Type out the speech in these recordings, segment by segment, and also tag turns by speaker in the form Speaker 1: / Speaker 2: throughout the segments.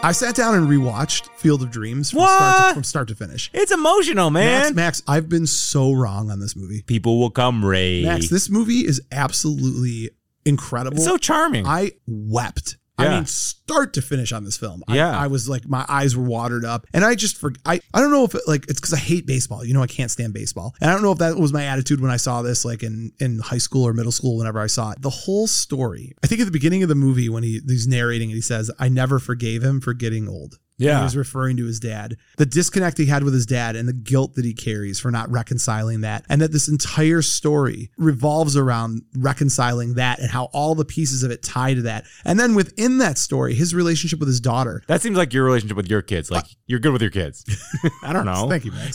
Speaker 1: I sat down and rewatched Field of Dreams from, Start,
Speaker 2: What?
Speaker 1: to, from start to finish.
Speaker 2: It's emotional,
Speaker 1: Max,
Speaker 2: man.
Speaker 1: Max, I've been so wrong on this movie.
Speaker 2: People will come, Ray.
Speaker 1: Max, this movie is absolutely incredible.
Speaker 2: it's so charming.
Speaker 1: I wept. I
Speaker 2: Yeah.
Speaker 1: mean, start to finish on this film. I-
Speaker 2: Yeah.
Speaker 1: I, was like, my eyes were watered up, and I just for I, I don't know if it, like it's because I hate baseball. You know, I can't stand baseball, and I don't know if that was my attitude when I saw this, like in in high school or middle school, whenever I saw it. The whole story. I think at the beginning of the movie when he he's narrating and he says, "I never forgave him for getting old." He
Speaker 2: yeah.
Speaker 1: was referring to his dad. The disconnect he had with his dad and the guilt that he carries for not reconciling that. And that this entire story revolves around reconciling that and how all the pieces of it tie to that. And then within that story, his relationship with his daughter.
Speaker 2: That seems like your relationship with your kids. Like you're good with your kids. I don't
Speaker 3: Oh.
Speaker 2: know.
Speaker 1: Thank you, Max.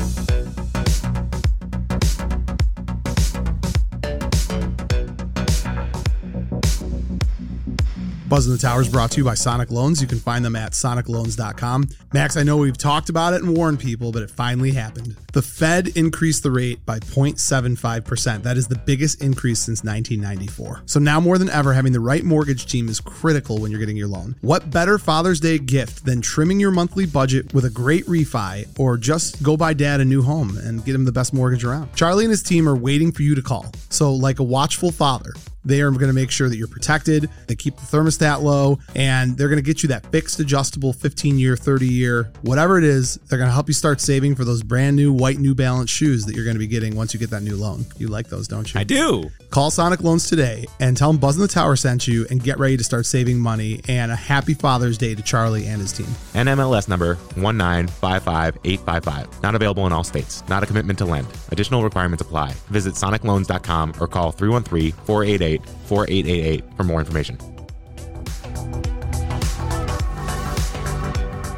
Speaker 1: Buzz in the Tower is brought to you by Sonic Loans. You can find them at sonicloans.com. Max, I know we've talked about it and warned people, but it finally happened. The Fed increased the rate by 0.75%. That is the biggest increase since 1994. So now more than ever, having the right mortgage team is critical when you're getting your loan. What better Father's Day gift than trimming your monthly budget with a great refi or just go buy dad a new home and get him the best mortgage around? Charlie and his team are waiting for you to call. So, like a watchful father, they are going to make sure that you're protected. They keep the thermostat low and they're going to get you that fixed adjustable 15 year, 30 year, whatever it is. They're going to help you start saving for those brand new white New Balance shoes that you're going to be getting once you get that new loan. You like those, don't you?
Speaker 2: I do.
Speaker 1: Call Sonic Loans today and tell them Buzz in the Tower sent you and get ready to start saving money. And a happy Father's Day to Charlie and his team.
Speaker 2: NMLS number 1955855. Not available in all states. Not a commitment to lend. Additional requirements apply. Visit sonicloans.com or call 313-488-4888 for more information.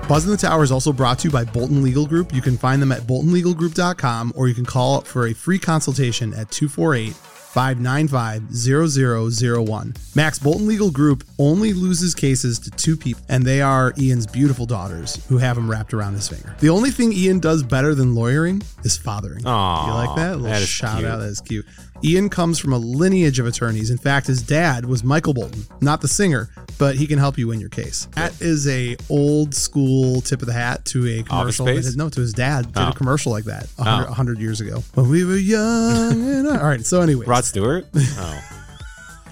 Speaker 1: Buzz in the Tower is also brought to you by Bolton Legal Group. You can find them at boltonlegalgroup.com or you can call up for a free consultation at 248 595 0001. Max Bolton Legal Group only loses cases to two people, and they are Ian's beautiful daughters who have him wrapped around his finger. The only thing Ian does better than lawyering is fathering.
Speaker 2: Aw,
Speaker 1: you like that? A little
Speaker 2: that is
Speaker 1: shout
Speaker 2: cute.
Speaker 1: out. That is cute. Ian comes from a lineage of attorneys. In fact, his dad was Michael Bolton, not the singer, but he can help you win your case. That is a old school tip of the hat to a commercial.
Speaker 2: Space?
Speaker 1: No, to his dad did
Speaker 2: Oh.
Speaker 1: a commercial like that a hundred a hundred years ago when we were young. and all right. So anyway,
Speaker 2: Rod Stewart? Oh.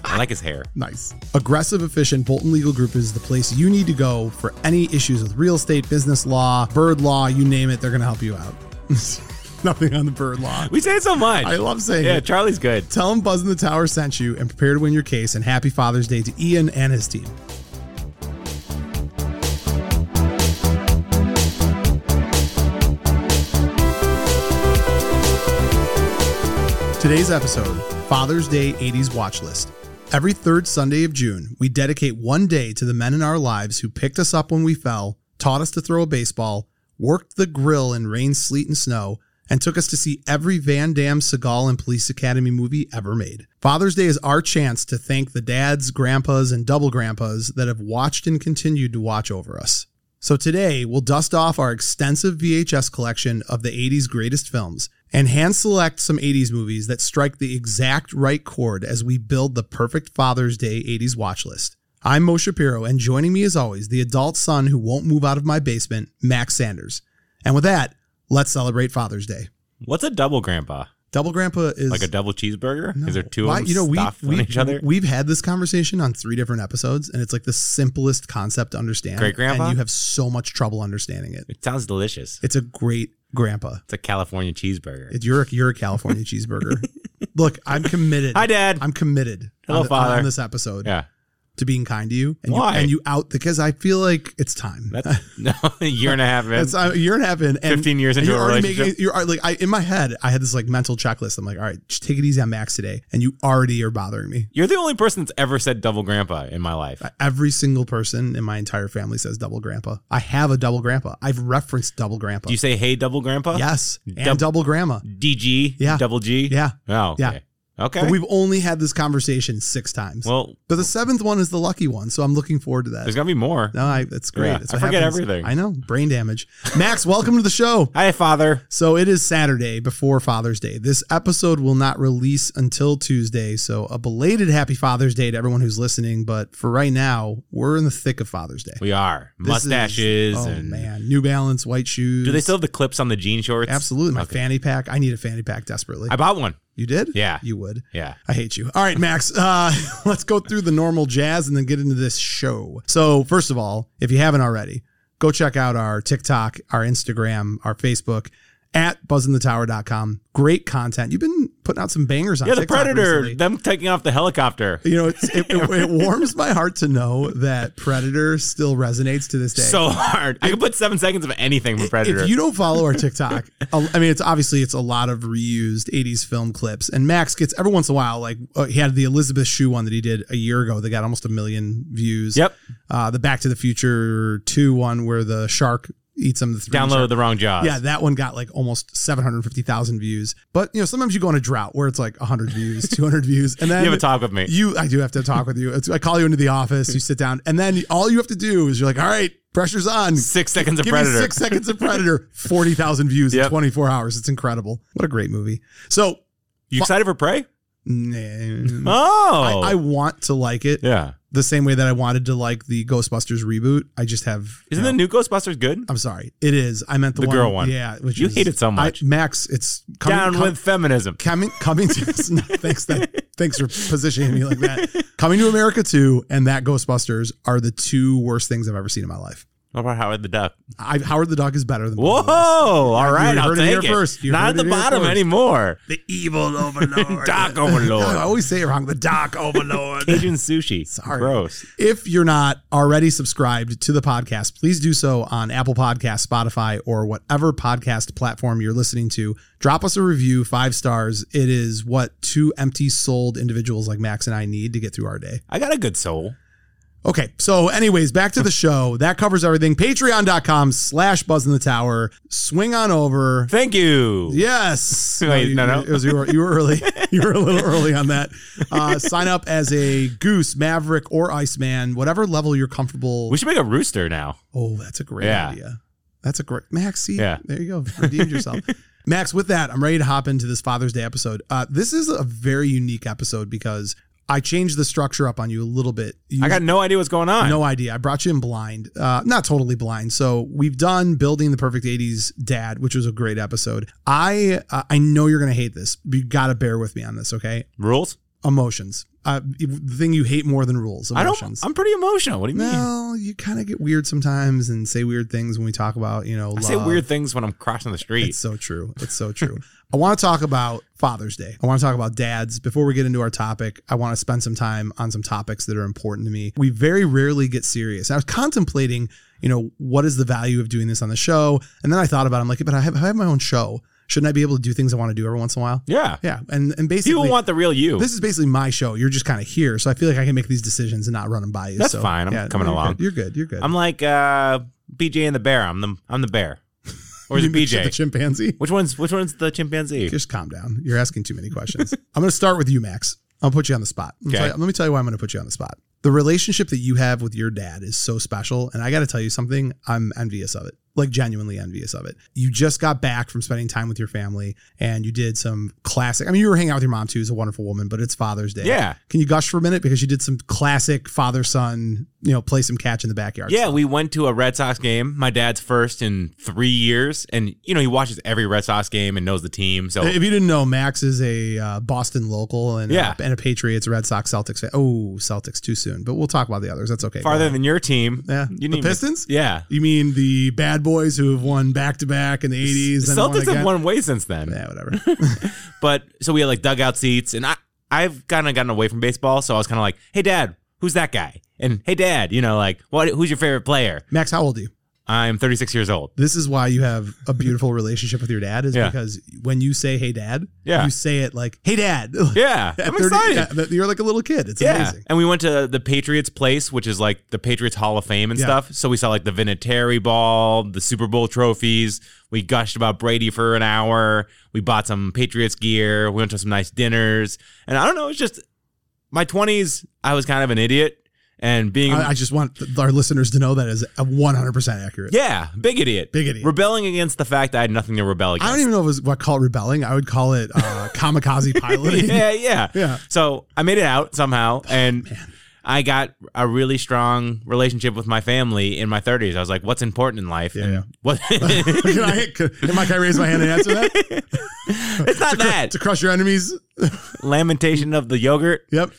Speaker 2: I like his hair.
Speaker 1: Nice. Aggressive, efficient Bolton Legal Group is the place you need to go for any issues with real estate, business law, bird law, you name it, they're going to help you out. Nothing on the bird law.
Speaker 2: We say it so much.
Speaker 1: I love saying
Speaker 2: yeah,
Speaker 1: it.
Speaker 2: Charlie's good.
Speaker 1: Tell them Buzz in the Tower sent you and prepare to win your case. And happy Father's Day to Ian and his team. Today's episode Father's Day 80s Watch List. Every third Sunday of June, we dedicate one day to the men in our lives who picked us up when we fell, taught us to throw a baseball, worked the grill in rain, sleet, and snow, and took us to see every Van Damme, Seagal, and Police Academy movie ever made. Father's Day is our chance to thank the dads, grandpas, and double grandpas that have watched and continued to watch over us. So today, we'll dust off our extensive VHS collection of the 80s greatest films and hand select some 80s movies that strike the exact right chord as we build the perfect Father's Day 80s watch list. I'm Mo Shapiro, and joining me as always, the adult son who won't move out of my basement, Max Sanders. And with that, let's celebrate Father's Day.
Speaker 3: What's a double grandpa?
Speaker 1: Double Grandpa is
Speaker 3: Like a double cheeseburger? Is there two
Speaker 1: Why-
Speaker 3: of them stuffed on each other?
Speaker 1: We've had this conversation on three different episodes, and it's like the simplest concept to understand.
Speaker 3: Great grandpa?
Speaker 1: And you have so much trouble understanding it.
Speaker 3: it sounds delicious.
Speaker 1: It's a great grandpa.
Speaker 3: It's a California cheeseburger.
Speaker 1: It- You're a, you're a California cheeseburger. Look, I'm committed.
Speaker 3: Hi, Dad.
Speaker 1: I'm committed
Speaker 3: Hello,
Speaker 1: on, the-
Speaker 3: Father.
Speaker 1: on this episode
Speaker 3: yeah.
Speaker 1: to being kind to you. And
Speaker 3: Why?
Speaker 1: You, and you out because I feel like it's time.
Speaker 3: That's no, a year and a half in.
Speaker 1: It's uh, a year and a half in, and
Speaker 3: 15 years
Speaker 1: and
Speaker 3: into
Speaker 1: you're
Speaker 3: a
Speaker 1: already
Speaker 3: relationship.
Speaker 1: Making, you're already- like, I, in my head, I had this like mental checklist. I'm like, all right, just take it easy on Max today, and you already are bothering me.
Speaker 3: You're the only person that's ever said double grandpa in my life.
Speaker 1: Every single person in my entire family says double grandpa. I have a double grandpa. I've referenced double grandpa.
Speaker 3: Do you say hey double grandpa?
Speaker 1: yes,
Speaker 3: Dub-
Speaker 1: and double grandma.
Speaker 3: DG?
Speaker 1: Yeah.
Speaker 3: Double G?
Speaker 1: Yeah,
Speaker 3: Oh,
Speaker 1: Yeah.
Speaker 3: okay. Okay.
Speaker 1: but we've only had this conversation six times.
Speaker 3: well,
Speaker 1: But the seventh one is the lucky one, so I'm looking forward to
Speaker 3: there's
Speaker 1: that.
Speaker 3: going to be more.
Speaker 1: No, I, that's great.
Speaker 3: Yeah,
Speaker 1: That's
Speaker 3: I
Speaker 1: what
Speaker 3: forget
Speaker 1: happens.
Speaker 3: everything.
Speaker 1: I know, brain damage. Max, welcome to the show.
Speaker 3: Hi, Father.
Speaker 1: So it is Saturday before Father's Day. This episode will not release until Tuesday, so a belated Happy Father's Day to everyone who's listening. But for right now, we're in the thick of Father's Day.
Speaker 3: We are.
Speaker 1: This is-
Speaker 3: Mustaches.
Speaker 1: oh
Speaker 3: and
Speaker 1: man, New Balance, white shoes.
Speaker 3: Do they still have the clips on the jean shorts?
Speaker 1: Absolutely, my
Speaker 3: Okay.
Speaker 1: fanny pack. I need a fanny pack desperately.
Speaker 3: I bought one.
Speaker 1: you did?
Speaker 3: Yeah.
Speaker 1: you would.
Speaker 3: Yeah.
Speaker 1: I hate you. All right, Max, uh, let's go through the normal jazz and then get into this show. So, first of all, if you haven't already, go check out our TikTok, our Instagram, our Facebook at buzzinthetower.com. Great content. You've been putting out some bangers on
Speaker 3: Yeah, the
Speaker 1: Uh, TikTok
Speaker 3: Predator.
Speaker 1: recently.
Speaker 3: Them taking off the helicopter.
Speaker 1: You know, it's, it, it, it warms my heart to know that Predator still resonates to this day.
Speaker 3: So hard. I could put seven seconds of anything from Predator.
Speaker 1: If you don't follow our TikTok, I mean, it's obviously it's a lot of reused '80s film clips, and Max gets every once in a while. Like uh, he had the Elizabeth Shue one that he did a year ago that got almost a million views.
Speaker 3: yep.
Speaker 1: Uh, the Back to the Future Two one where the shark eats him. The three
Speaker 3: Downloaded the wrong jaws.
Speaker 1: yeah, that one got like almost 750,000 views. But, you know, sometimes you go on a drought where it's like 100 views, 200 views. And then
Speaker 3: You have a talk with me.
Speaker 1: you I do have to talk with you. It's, I call you into the office, you sit down, and then all you have to do is you're like, all right, pressure's on.
Speaker 3: Six seconds of
Speaker 1: Give
Speaker 3: Predator.
Speaker 1: me six seconds of Predator, 40,000 views in
Speaker 3: Yep.
Speaker 1: 24 hours. It's incredible. What a great movie. So,
Speaker 3: you excited for Prey?
Speaker 1: nah,
Speaker 3: Oh.
Speaker 1: Mm. I, I want to like it
Speaker 3: yeah.
Speaker 1: the same way that I wanted to like the Ghostbusters reboot. I just have.
Speaker 3: Isn't the new Ghostbusters good?
Speaker 1: I'm sorry. It is. I meant the,
Speaker 3: The
Speaker 1: one,
Speaker 3: girl one.
Speaker 1: Yeah. Which
Speaker 3: You
Speaker 1: is-
Speaker 3: hate it so
Speaker 1: I-
Speaker 3: much.
Speaker 1: Max, it's coming,
Speaker 3: Down
Speaker 1: com-
Speaker 3: with feminism.
Speaker 1: coming coming to no, thanks that, thanks for positioning me like that. Coming to America 2 and that Ghostbusters are the two worst things I've ever seen in my life.
Speaker 3: What about Howard the Duck?
Speaker 1: I, Howard the Duck is better than
Speaker 3: Whoa!
Speaker 1: both of those.
Speaker 3: all right,
Speaker 1: you
Speaker 3: I'll
Speaker 1: heard it
Speaker 3: take
Speaker 1: here
Speaker 3: it.
Speaker 1: first. You
Speaker 3: Not
Speaker 1: heard
Speaker 3: at
Speaker 1: it
Speaker 3: the
Speaker 1: here
Speaker 3: bottom
Speaker 1: first.
Speaker 3: anymore.
Speaker 4: The evil overlord.
Speaker 3: Doc
Speaker 1: I
Speaker 3: Overlord,
Speaker 1: always say it wrong. The Duck
Speaker 4: overlord.
Speaker 3: Cajun sushi.
Speaker 1: Sorry.
Speaker 3: Gross.
Speaker 1: If you're not already subscribed to the podcast, please do so on Apple Podcasts, Spotify, or whatever podcast platform you're listening to. Drop us a review, five stars. It is what two empty souled individuals like Max and I need to get through our day.
Speaker 3: I got a good soul.
Speaker 1: Okay, so anyways, back to the show. That covers everything. Patreon.com slash buzz in the tower. Swing on over.
Speaker 3: Thank you.
Speaker 1: Yes.
Speaker 3: Wait,
Speaker 1: you-
Speaker 3: no, no.
Speaker 1: It was you were, you were early. You were a little early on that. Uh, sign up as a goose, maverick, or iceman, whatever level you're comfortable.
Speaker 3: We should make a rooster now.
Speaker 1: oh, that's a great
Speaker 3: Yeah.
Speaker 1: idea. That's a great Max. See,
Speaker 3: Yeah.
Speaker 1: there you go. Redeemed yourself. Max, with that, I'm ready to hop into this Father's Day episode. Uh, this is a very unique episode because I changed the structure up on you a little bit. You
Speaker 3: I got no idea what's going on.
Speaker 1: no idea. I brought you in blind, uh, not totally blind. So we've done building the perfect '80s dad, which was a great episode. I uh, I know you're gonna hate this. But you gotta bear with me on this, okay?
Speaker 3: rules.
Speaker 1: Emotions, uh, the thing you hate more than rules.
Speaker 3: I
Speaker 1: Emotions.
Speaker 3: don't. I'm pretty emotional. What do you mean?
Speaker 1: well, you kind of get weird sometimes and say weird things when we talk about you know.
Speaker 3: I
Speaker 1: love.
Speaker 3: say weird things when I'm crossing the street.
Speaker 1: It's so true. It's so true. I want to talk about Father's Day. I want to talk about dads. Before we get into our topic, I want to spend some time on some topics that are important to me. We very rarely get serious. I was contemplating, you know, what is the value of doing this on the show? And then I thought about it. I'm like, but I have, I have my own show. Shouldn't I be able to do things I want to do every once in a while?
Speaker 3: Yeah.
Speaker 1: Yeah. And and basically
Speaker 3: People want the real you.
Speaker 1: this is basically my show. You're just kind of here, so I feel like I can make these decisions and not run them by you.
Speaker 3: That's
Speaker 1: so,
Speaker 3: fine. I'm coming
Speaker 1: you're
Speaker 3: along.
Speaker 1: Good. You're good. You're good.
Speaker 3: I'm like uh, BJ and the bear. I'm the I'm the bear. Or is
Speaker 1: You
Speaker 3: it
Speaker 1: mixed with
Speaker 3: BJ?
Speaker 1: the chimpanzee?
Speaker 3: which one's which one's the chimpanzee?
Speaker 1: Just calm down. You're asking too many questions. I'm going to start with you, Max. I'll put you on the spot. Let me
Speaker 3: Okay.
Speaker 1: tell you- let me tell you why I'm going to put you on the spot. The relationship that you have with your dad is so special. And I got to tell you something, I'm envious of it, like genuinely envious of it. You just got back from spending time with your family and you did some classic. I mean, you were hanging out with your mom too, who's a wonderful woman, but it's Father's Day.
Speaker 3: Yeah.
Speaker 1: Can you gush for a minute? Because you did some classic father son, you know, play some catch in the backyard.
Speaker 3: Yeah, we went to a Red Sox game. My dad's first in three years, and you know he watches every Red Sox game and knows the team. So
Speaker 1: If you didn't know, Max is a uh, Boston local and
Speaker 3: Yeah.
Speaker 1: and a Patriots, Red Sox, Celtics fan. Oh, Celtics too soon, but we'll talk about the others. That's okay.
Speaker 3: farther
Speaker 1: Go
Speaker 3: than your team,
Speaker 1: Yeah.
Speaker 3: you
Speaker 1: The
Speaker 3: didn't even-
Speaker 1: Pistons?
Speaker 3: yeah.
Speaker 1: on. you mean the bad boys who have won back to back in the eighties?
Speaker 3: The Celtics have won way since then.
Speaker 1: Yeah, whatever.
Speaker 3: But so we had like dugout seats, and I I've kind of gotten away from baseball, so I was kind of like, hey dad, who's that guy? And hey dad, you know like what? Who's your favorite player?
Speaker 1: Max, how old are you?
Speaker 3: I'm 36 years old.
Speaker 1: This is why you have a beautiful relationship with your dad, is
Speaker 3: Yeah.
Speaker 1: because when you say "Hey, Dad,"
Speaker 3: Yeah.
Speaker 1: you say it like "Hey, Dad."
Speaker 3: Yeah,
Speaker 1: At
Speaker 3: I'm
Speaker 1: 30
Speaker 3: excited.
Speaker 1: yeah, you're like a little kid. It's
Speaker 3: Yeah.
Speaker 1: amazing.
Speaker 3: And we went to the Patriots place, which is like the Patriots Hall of Fame and
Speaker 1: Yeah.
Speaker 3: stuff. So we saw like the Vinatieri ball, the Super Bowl trophies. We gushed about Brady for an hour. We bought some Patriots gear. We went to some nice dinners. And I don't know, it's just my 20s, I was kind of an idiot. And being,
Speaker 1: I, I just want th- our listeners to know that is 100 percent accurate.
Speaker 3: yeah, big idiot.
Speaker 1: Big idiot.
Speaker 3: Rebelling against the fact that I had nothing to rebel against.
Speaker 1: I don't even know if it was what call it rebelling. I would call it uh, kamikaze piloting.
Speaker 3: yeah, yeah.
Speaker 1: Yeah. Oh,
Speaker 3: So I made it out somehow, and I got a really strong relationship with my family in my 30s. I was like, "What's important in life?"
Speaker 1: Yeah,
Speaker 3: and
Speaker 1: yeah.
Speaker 3: What? it's
Speaker 1: can I, can, am I, can I raise my hand and answer that?
Speaker 3: not that
Speaker 1: to crush your enemies?
Speaker 3: lamentation of the yogurt.
Speaker 1: Yep.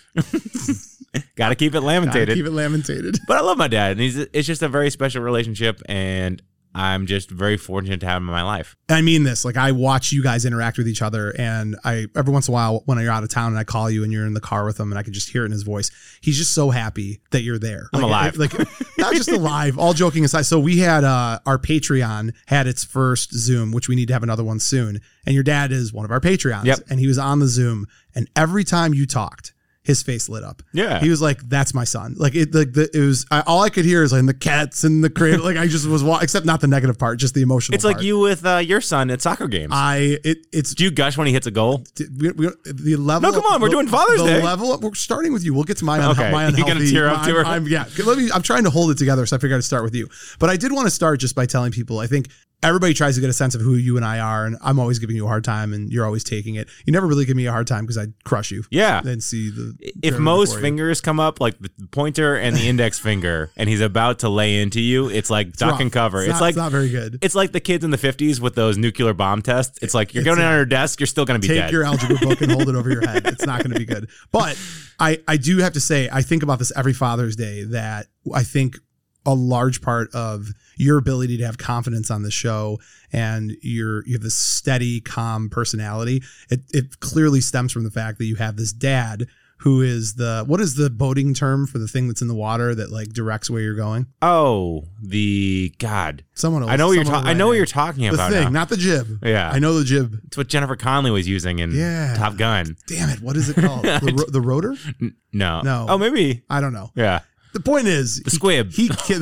Speaker 3: Got to keep it
Speaker 1: Gotta
Speaker 3: lamentated.
Speaker 1: Keep it lamentated.
Speaker 3: but I love my dad, and he's it's just a very special relationship, and I'm just very fortunate to have him in my life.
Speaker 1: I mean this. Like I watch you guys interact with each other, and I every once in a while when you're out of town and I call you and you're in the car with him, and I can just hear it in his voice. He's just so happy that you're there.
Speaker 3: I'm
Speaker 1: Like,
Speaker 3: alive.
Speaker 1: I- like not just alive. All joking aside, so we had uh, our Patreon had its first Zoom, which we need to have another one soon. And your dad is one of our Patreons,
Speaker 3: Yep.
Speaker 1: and he was on the Zoom, and every time you talked. His face lit up.
Speaker 3: Yeah.
Speaker 1: he was like, "That's my son." Like it, like the, it was. I, all I could hear is like the cats and the cradle. Like I just was, wa- except not the negative part, just the emotional.
Speaker 3: It's like
Speaker 1: part.
Speaker 3: you with uh, your son at soccer games.
Speaker 1: I it it's
Speaker 3: Do you gush when he hits a goal?
Speaker 1: we, we, the level.
Speaker 3: No, come on, we're
Speaker 1: the-
Speaker 3: doing Father's
Speaker 1: the
Speaker 3: Day.
Speaker 1: Level. We're starting with you. We'll get to my, unhe-
Speaker 3: Okay,
Speaker 1: my
Speaker 3: you gonna
Speaker 1: unhealthy.
Speaker 3: tear up to
Speaker 1: I'm-
Speaker 3: her?
Speaker 1: I'm, yeah. Let me. I'm trying to hold it together, so I figured I'd start with you. But I did want to start just by telling people. I think everybody tries to get a sense of who you and I are, and I'm always giving you a hard time, and you're always taking it. You never really give me a hard time because I crush you.
Speaker 3: Yeah.
Speaker 1: And see the
Speaker 3: if
Speaker 1: pyramid
Speaker 3: Mo's
Speaker 1: before you.
Speaker 3: fingers come up, like the pointer and the index finger, and he's about to lay into you, it's like duck
Speaker 1: rough.
Speaker 3: and cover.
Speaker 1: It's
Speaker 3: It's,
Speaker 1: not-
Speaker 3: like
Speaker 1: it's not very good.
Speaker 3: It's like the kids in the fifties with those nuclear bomb tests. It's like you're going down on your desk, you're still going to be
Speaker 1: take
Speaker 3: dead.
Speaker 1: your algebra book and hold it over your head. It's not going to be good. But I, I do have to say, I think about this every Father's Day that I think a large part of your ability to have confidence on the show and your you have this steady, calm personality. It, it clearly stems from the fact that you have this dad who is the what is the boating term for the thing that's in the water that like directs where you're going?
Speaker 3: oh, the God!
Speaker 1: Someone will-
Speaker 3: I know what you're.
Speaker 1: someone
Speaker 3: Ta-
Speaker 1: will
Speaker 3: I know
Speaker 1: write
Speaker 3: what you're
Speaker 1: in.
Speaker 3: talking
Speaker 1: the
Speaker 3: about.
Speaker 1: thing,
Speaker 3: now.
Speaker 1: not the jib.
Speaker 3: Yeah.
Speaker 1: I know the jib.
Speaker 3: It's what Jennifer Connelly was using in
Speaker 1: Yeah.
Speaker 3: Top Gun.
Speaker 1: Damn it! What is it called? The, ro- the rotor?
Speaker 3: N- No,
Speaker 1: No.
Speaker 3: Oh, maybe.
Speaker 1: I don't know.
Speaker 3: Yeah,
Speaker 1: The point is,
Speaker 3: the squib.
Speaker 1: he, he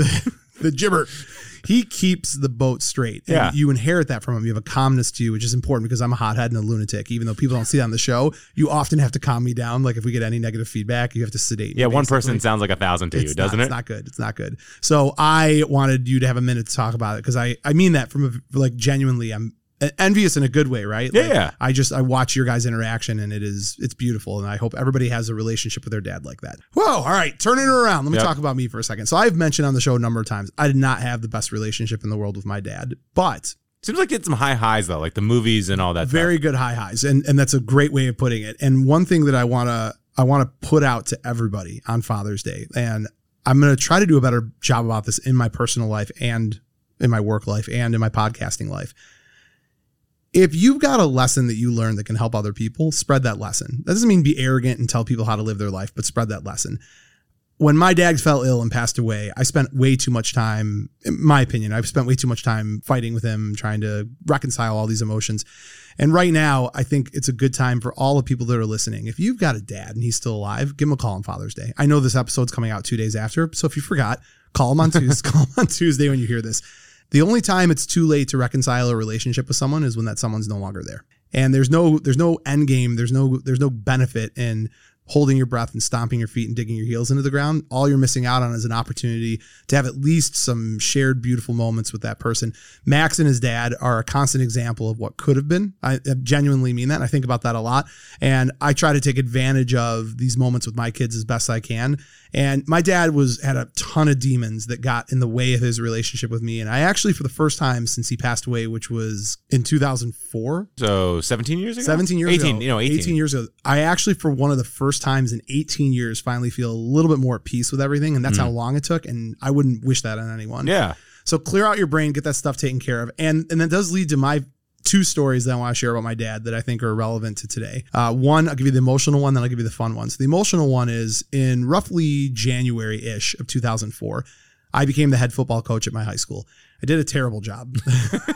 Speaker 1: the gibber. He keeps the boat straight. And
Speaker 3: Yeah.
Speaker 1: You inherit that from him. You have a calmness to you, which is important because I'm a hothead and a lunatic. Even though people don't see that on the show, you often have to calm me down. Like if we get any negative feedback, you have to sedate. me,
Speaker 3: yeah, one
Speaker 1: basically.
Speaker 3: person sounds like a thousand to you,
Speaker 1: It's
Speaker 3: doesn't
Speaker 1: not,
Speaker 3: it?
Speaker 1: It's not good. It's not good. So I wanted you to have a minute to talk about it because I, I mean that from a, like genuinely I'm e, envious in a good way, right?
Speaker 3: Yeah,
Speaker 1: Like,
Speaker 3: yeah.
Speaker 1: I just I watch your guys' interaction and it is it's beautiful and I hope everybody has a relationship with their dad like that. Whoa! All right, turning it around. Let me
Speaker 3: Yep.
Speaker 1: talk about me for a second. So I've mentioned on the show a number of times I did not have the best relationship in the world with my dad, but
Speaker 3: Seems like it's some high highs though, like the movies and all that. stuff.
Speaker 1: very good high highs and and that's a great way of putting it and one thing that i want to i want to put out to everybody on father's day and i'm going to try to do a better job about this in my personal life and in my work life and in my podcasting life if you've got a lesson that you learned that can help other people spread that lesson that doesn't mean be arrogant and tell people how to live their life but spread that lesson when my dad fell ill and passed away, I spent way too much time, in my opinion, I've spent way too much time fighting with him, trying to reconcile all these emotions. And right now, I think it's a good time for all the people that are listening. If you've got a dad and he's still alive, give him a call on Father's Day. I know this episode's coming out two days after, so if you forgot, call him on Tuesday. call him on Tuesday when you hear this. The only time it's too late to reconcile a relationship with someone is when that someone's no longer there. And there's no there's no end game. There's no there's no benefit in holding your breath and stomping your feet and digging your heels into the ground. All you're missing out on is an opportunity to have at least some shared beautiful moments with that person. Max and his dad are a constant example of what could have been. I I genuinely mean that. and I think about that a lot. And I try to take advantage of these moments with my kids as best I can. And my dad was had a ton of demons that got in the way of his relationship with me. And I actually, for the first time since he passed away, which was in 2004,
Speaker 3: So 17 years ago?
Speaker 1: 17 years
Speaker 3: 18,
Speaker 1: ago.
Speaker 3: you know, 18.
Speaker 1: years ago. I actually, for one of the first times in 18 years, finally feel a little bit more at peace with everything. And that's how long it took. And I wouldn't wish that on anyone.
Speaker 3: Mm. Yeah.
Speaker 1: So clear out your brain, get that stuff taken care of. And and that does lead to my two stories that I want to share about my dad that I think are relevant to today. Uh, one, I'll give you the emotional one, then I'll give you the fun one. So the emotional one is in roughly January ish of 2004. I became the head football coach at my high school. I did a terrible job.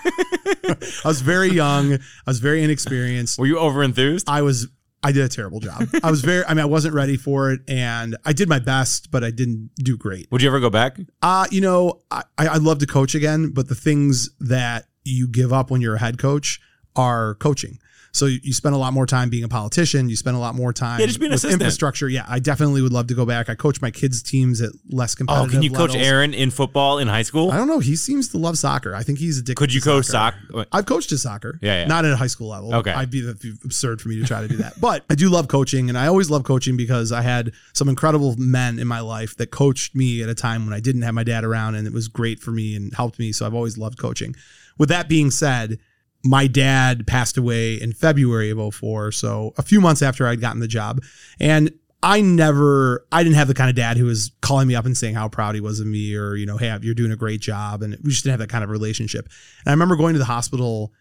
Speaker 1: I was very young. I was very inexperienced.
Speaker 3: Were you over enthused?
Speaker 1: I was I did a terrible job. I was very I mean I wasn't ready for it and I did my best, but I didn't do great.
Speaker 3: Would you ever go back?
Speaker 1: Uh, you know, I, I- I'd love to coach again, but the things that you give up when you're a head coach are coaching. So you, you spend a lot more time being a politician. You spend a lot more time
Speaker 3: Yeah, just be an
Speaker 1: with
Speaker 3: assistant.
Speaker 1: infrastructure. Yeah, I definitely would love to go back. I coach my kids' teams at less
Speaker 3: Oh,
Speaker 1: competitive.
Speaker 3: can you coach
Speaker 1: levels.
Speaker 3: Aaron in football in high
Speaker 1: I
Speaker 3: school?
Speaker 1: don't know. He seems to love soccer. I think he's addicted.
Speaker 3: Could you
Speaker 1: to
Speaker 3: coach
Speaker 1: soccer.
Speaker 3: sock? wait,
Speaker 1: I've coached his soccer.
Speaker 3: Yeah, yeah.
Speaker 1: Not at a high school level.
Speaker 3: Okay.
Speaker 1: I'd be that'd be absurd for me to try to do that. but I do love coaching, and I always love coaching because I had some incredible men in my life that coached me at a time when I didn't have my dad around, and it was great for me and helped me. So I've always loved coaching. With that being said, my dad passed away in February of 04, so a few months after I'd gotten the job. And I never, I didn't have the kind of dad who was calling me up and saying how proud he was of me or, you know, hey, you're doing a great job. And we just didn't have that kind of relationship. And I remember going to the hospital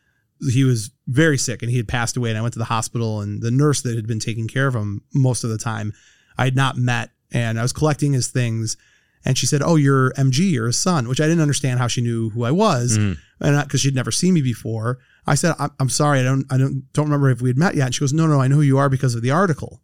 Speaker 1: he was very sick and he had passed away and i went to the hospital and the nurse that had been taking care of him most of the time i had not met and i was collecting his things and she said oh you're mg you're his son which i didn't understand how she knew who i was
Speaker 3: Mm.
Speaker 1: and because she'd never seen me before i said I'm, I'm sorry i don't i don't don't remember if we had met yet and she goes no no i know who you are because of the article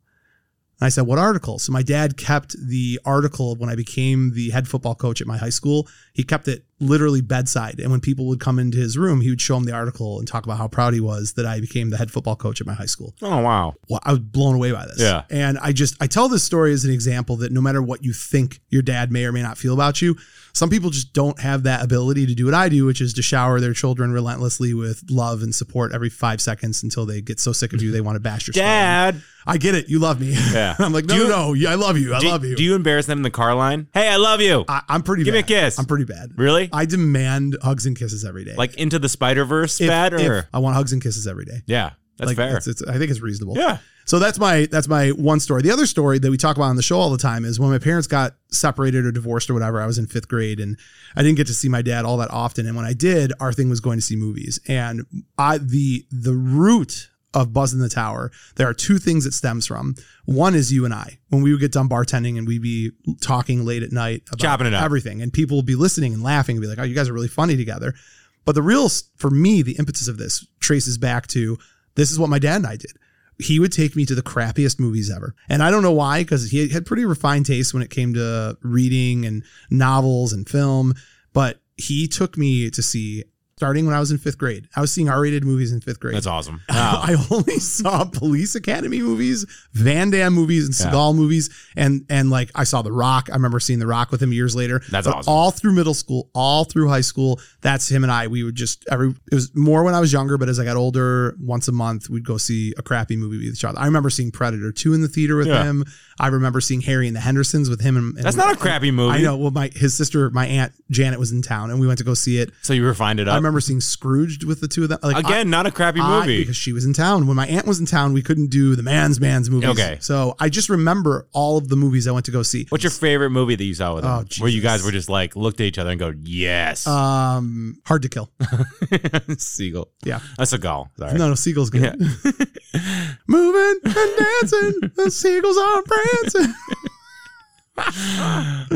Speaker 1: and I said, What article? So my dad kept the article when I became the head football coach at my high school. He kept it literally bedside. And when people would come into his room, he would show them the article and talk about how proud he was that I became the head football coach at my high school.
Speaker 3: Oh, wow.
Speaker 1: Well, I was blown away by this.
Speaker 3: Yeah.
Speaker 1: And I just, I tell this story as an example that no matter what you think your dad may or may not feel about you, some people just don't have that ability to do what I do, which is to shower their children relentlessly with love and support every five seconds until they get so sick of you they want to bash your skull in.
Speaker 3: Dad,
Speaker 1: I get it. You love me.
Speaker 3: Yeah.
Speaker 1: I'm like, no,
Speaker 3: Do you-
Speaker 1: no, no. I love you. I
Speaker 3: do,
Speaker 1: love you.
Speaker 3: do you embarrass them in the car line? Hey, I love you.
Speaker 1: I, I'm pretty
Speaker 3: Give me
Speaker 1: bad.
Speaker 3: a kiss.
Speaker 1: I'm pretty bad.
Speaker 3: really?
Speaker 1: I demand hugs and kisses every day.
Speaker 3: like into the Spider Verse
Speaker 1: If-
Speaker 3: bad or?
Speaker 1: if I want hugs and kisses every day.
Speaker 3: yeah, that's
Speaker 1: like,
Speaker 3: fair.
Speaker 1: It's, it's, I think it's reasonable.
Speaker 3: yeah.
Speaker 1: So that's my that's my one story. The other story that we talk about on the show all the time is when my parents got separated or divorced or whatever. I was in fifth grade and I didn't get to see my dad all that often. And when I did, our thing was going to see movies. And I the the root of Buzz in the Tower, there are two things it stems from. One is you and I. When we would get done bartending and we'd be talking late at night about
Speaker 3: Chopping it up.
Speaker 1: everything, and people would be listening and laughing and be like, "Oh, you guys are really funny together." But the real, for me, the impetus of this traces back to this is what my dad and I did. He would take me to the crappiest movies ever. And I don't know why, because he had pretty refined taste when it came to reading and novels and film. But he took me to see, starting when I was in fifth grade, I was seeing R rated movies in fifth grade.
Speaker 3: That's awesome. Wow.
Speaker 1: I only saw Police Academy movies, Van Damme movies, and Seagal movies, and and like I saw The Rock. I remember seeing The Rock with him years later.
Speaker 3: That's
Speaker 1: But
Speaker 3: awesome.
Speaker 1: All through middle school, all through high school, that's him and I. We would just every it was more when I was younger, but as I got older, once a month we'd go see a crappy movie with each other. I remember seeing Predator Two in the theater with
Speaker 3: Yeah.
Speaker 1: him. I remember seeing Harry and the Hendersons with him. And, and-
Speaker 3: that's not a crappy movie.
Speaker 1: I know. Well, my his sister, my aunt Janet was in town, and we went to go see it.
Speaker 3: So you refined it up.
Speaker 1: I remember seeing Scrooged with the two of them. Like, I-
Speaker 3: Uh, Again, not a crappy
Speaker 1: I-
Speaker 3: movie.
Speaker 1: because she was in town. When my aunt was in town, we couldn't do the man's man's movies.
Speaker 3: Okay.
Speaker 1: So I just remember all of the movies I went to go see.
Speaker 3: What's your favorite movie that you saw with him?
Speaker 1: Oh,
Speaker 3: where you
Speaker 1: Jesus.
Speaker 3: guys were just like looked at each other and go, "Yes,
Speaker 1: um hard to kill?
Speaker 3: Seagull."
Speaker 1: Yeah.
Speaker 3: That's a gull. Sorry.
Speaker 1: No, no, Seagull's good. Moving and dancing, the seagulls are prancing.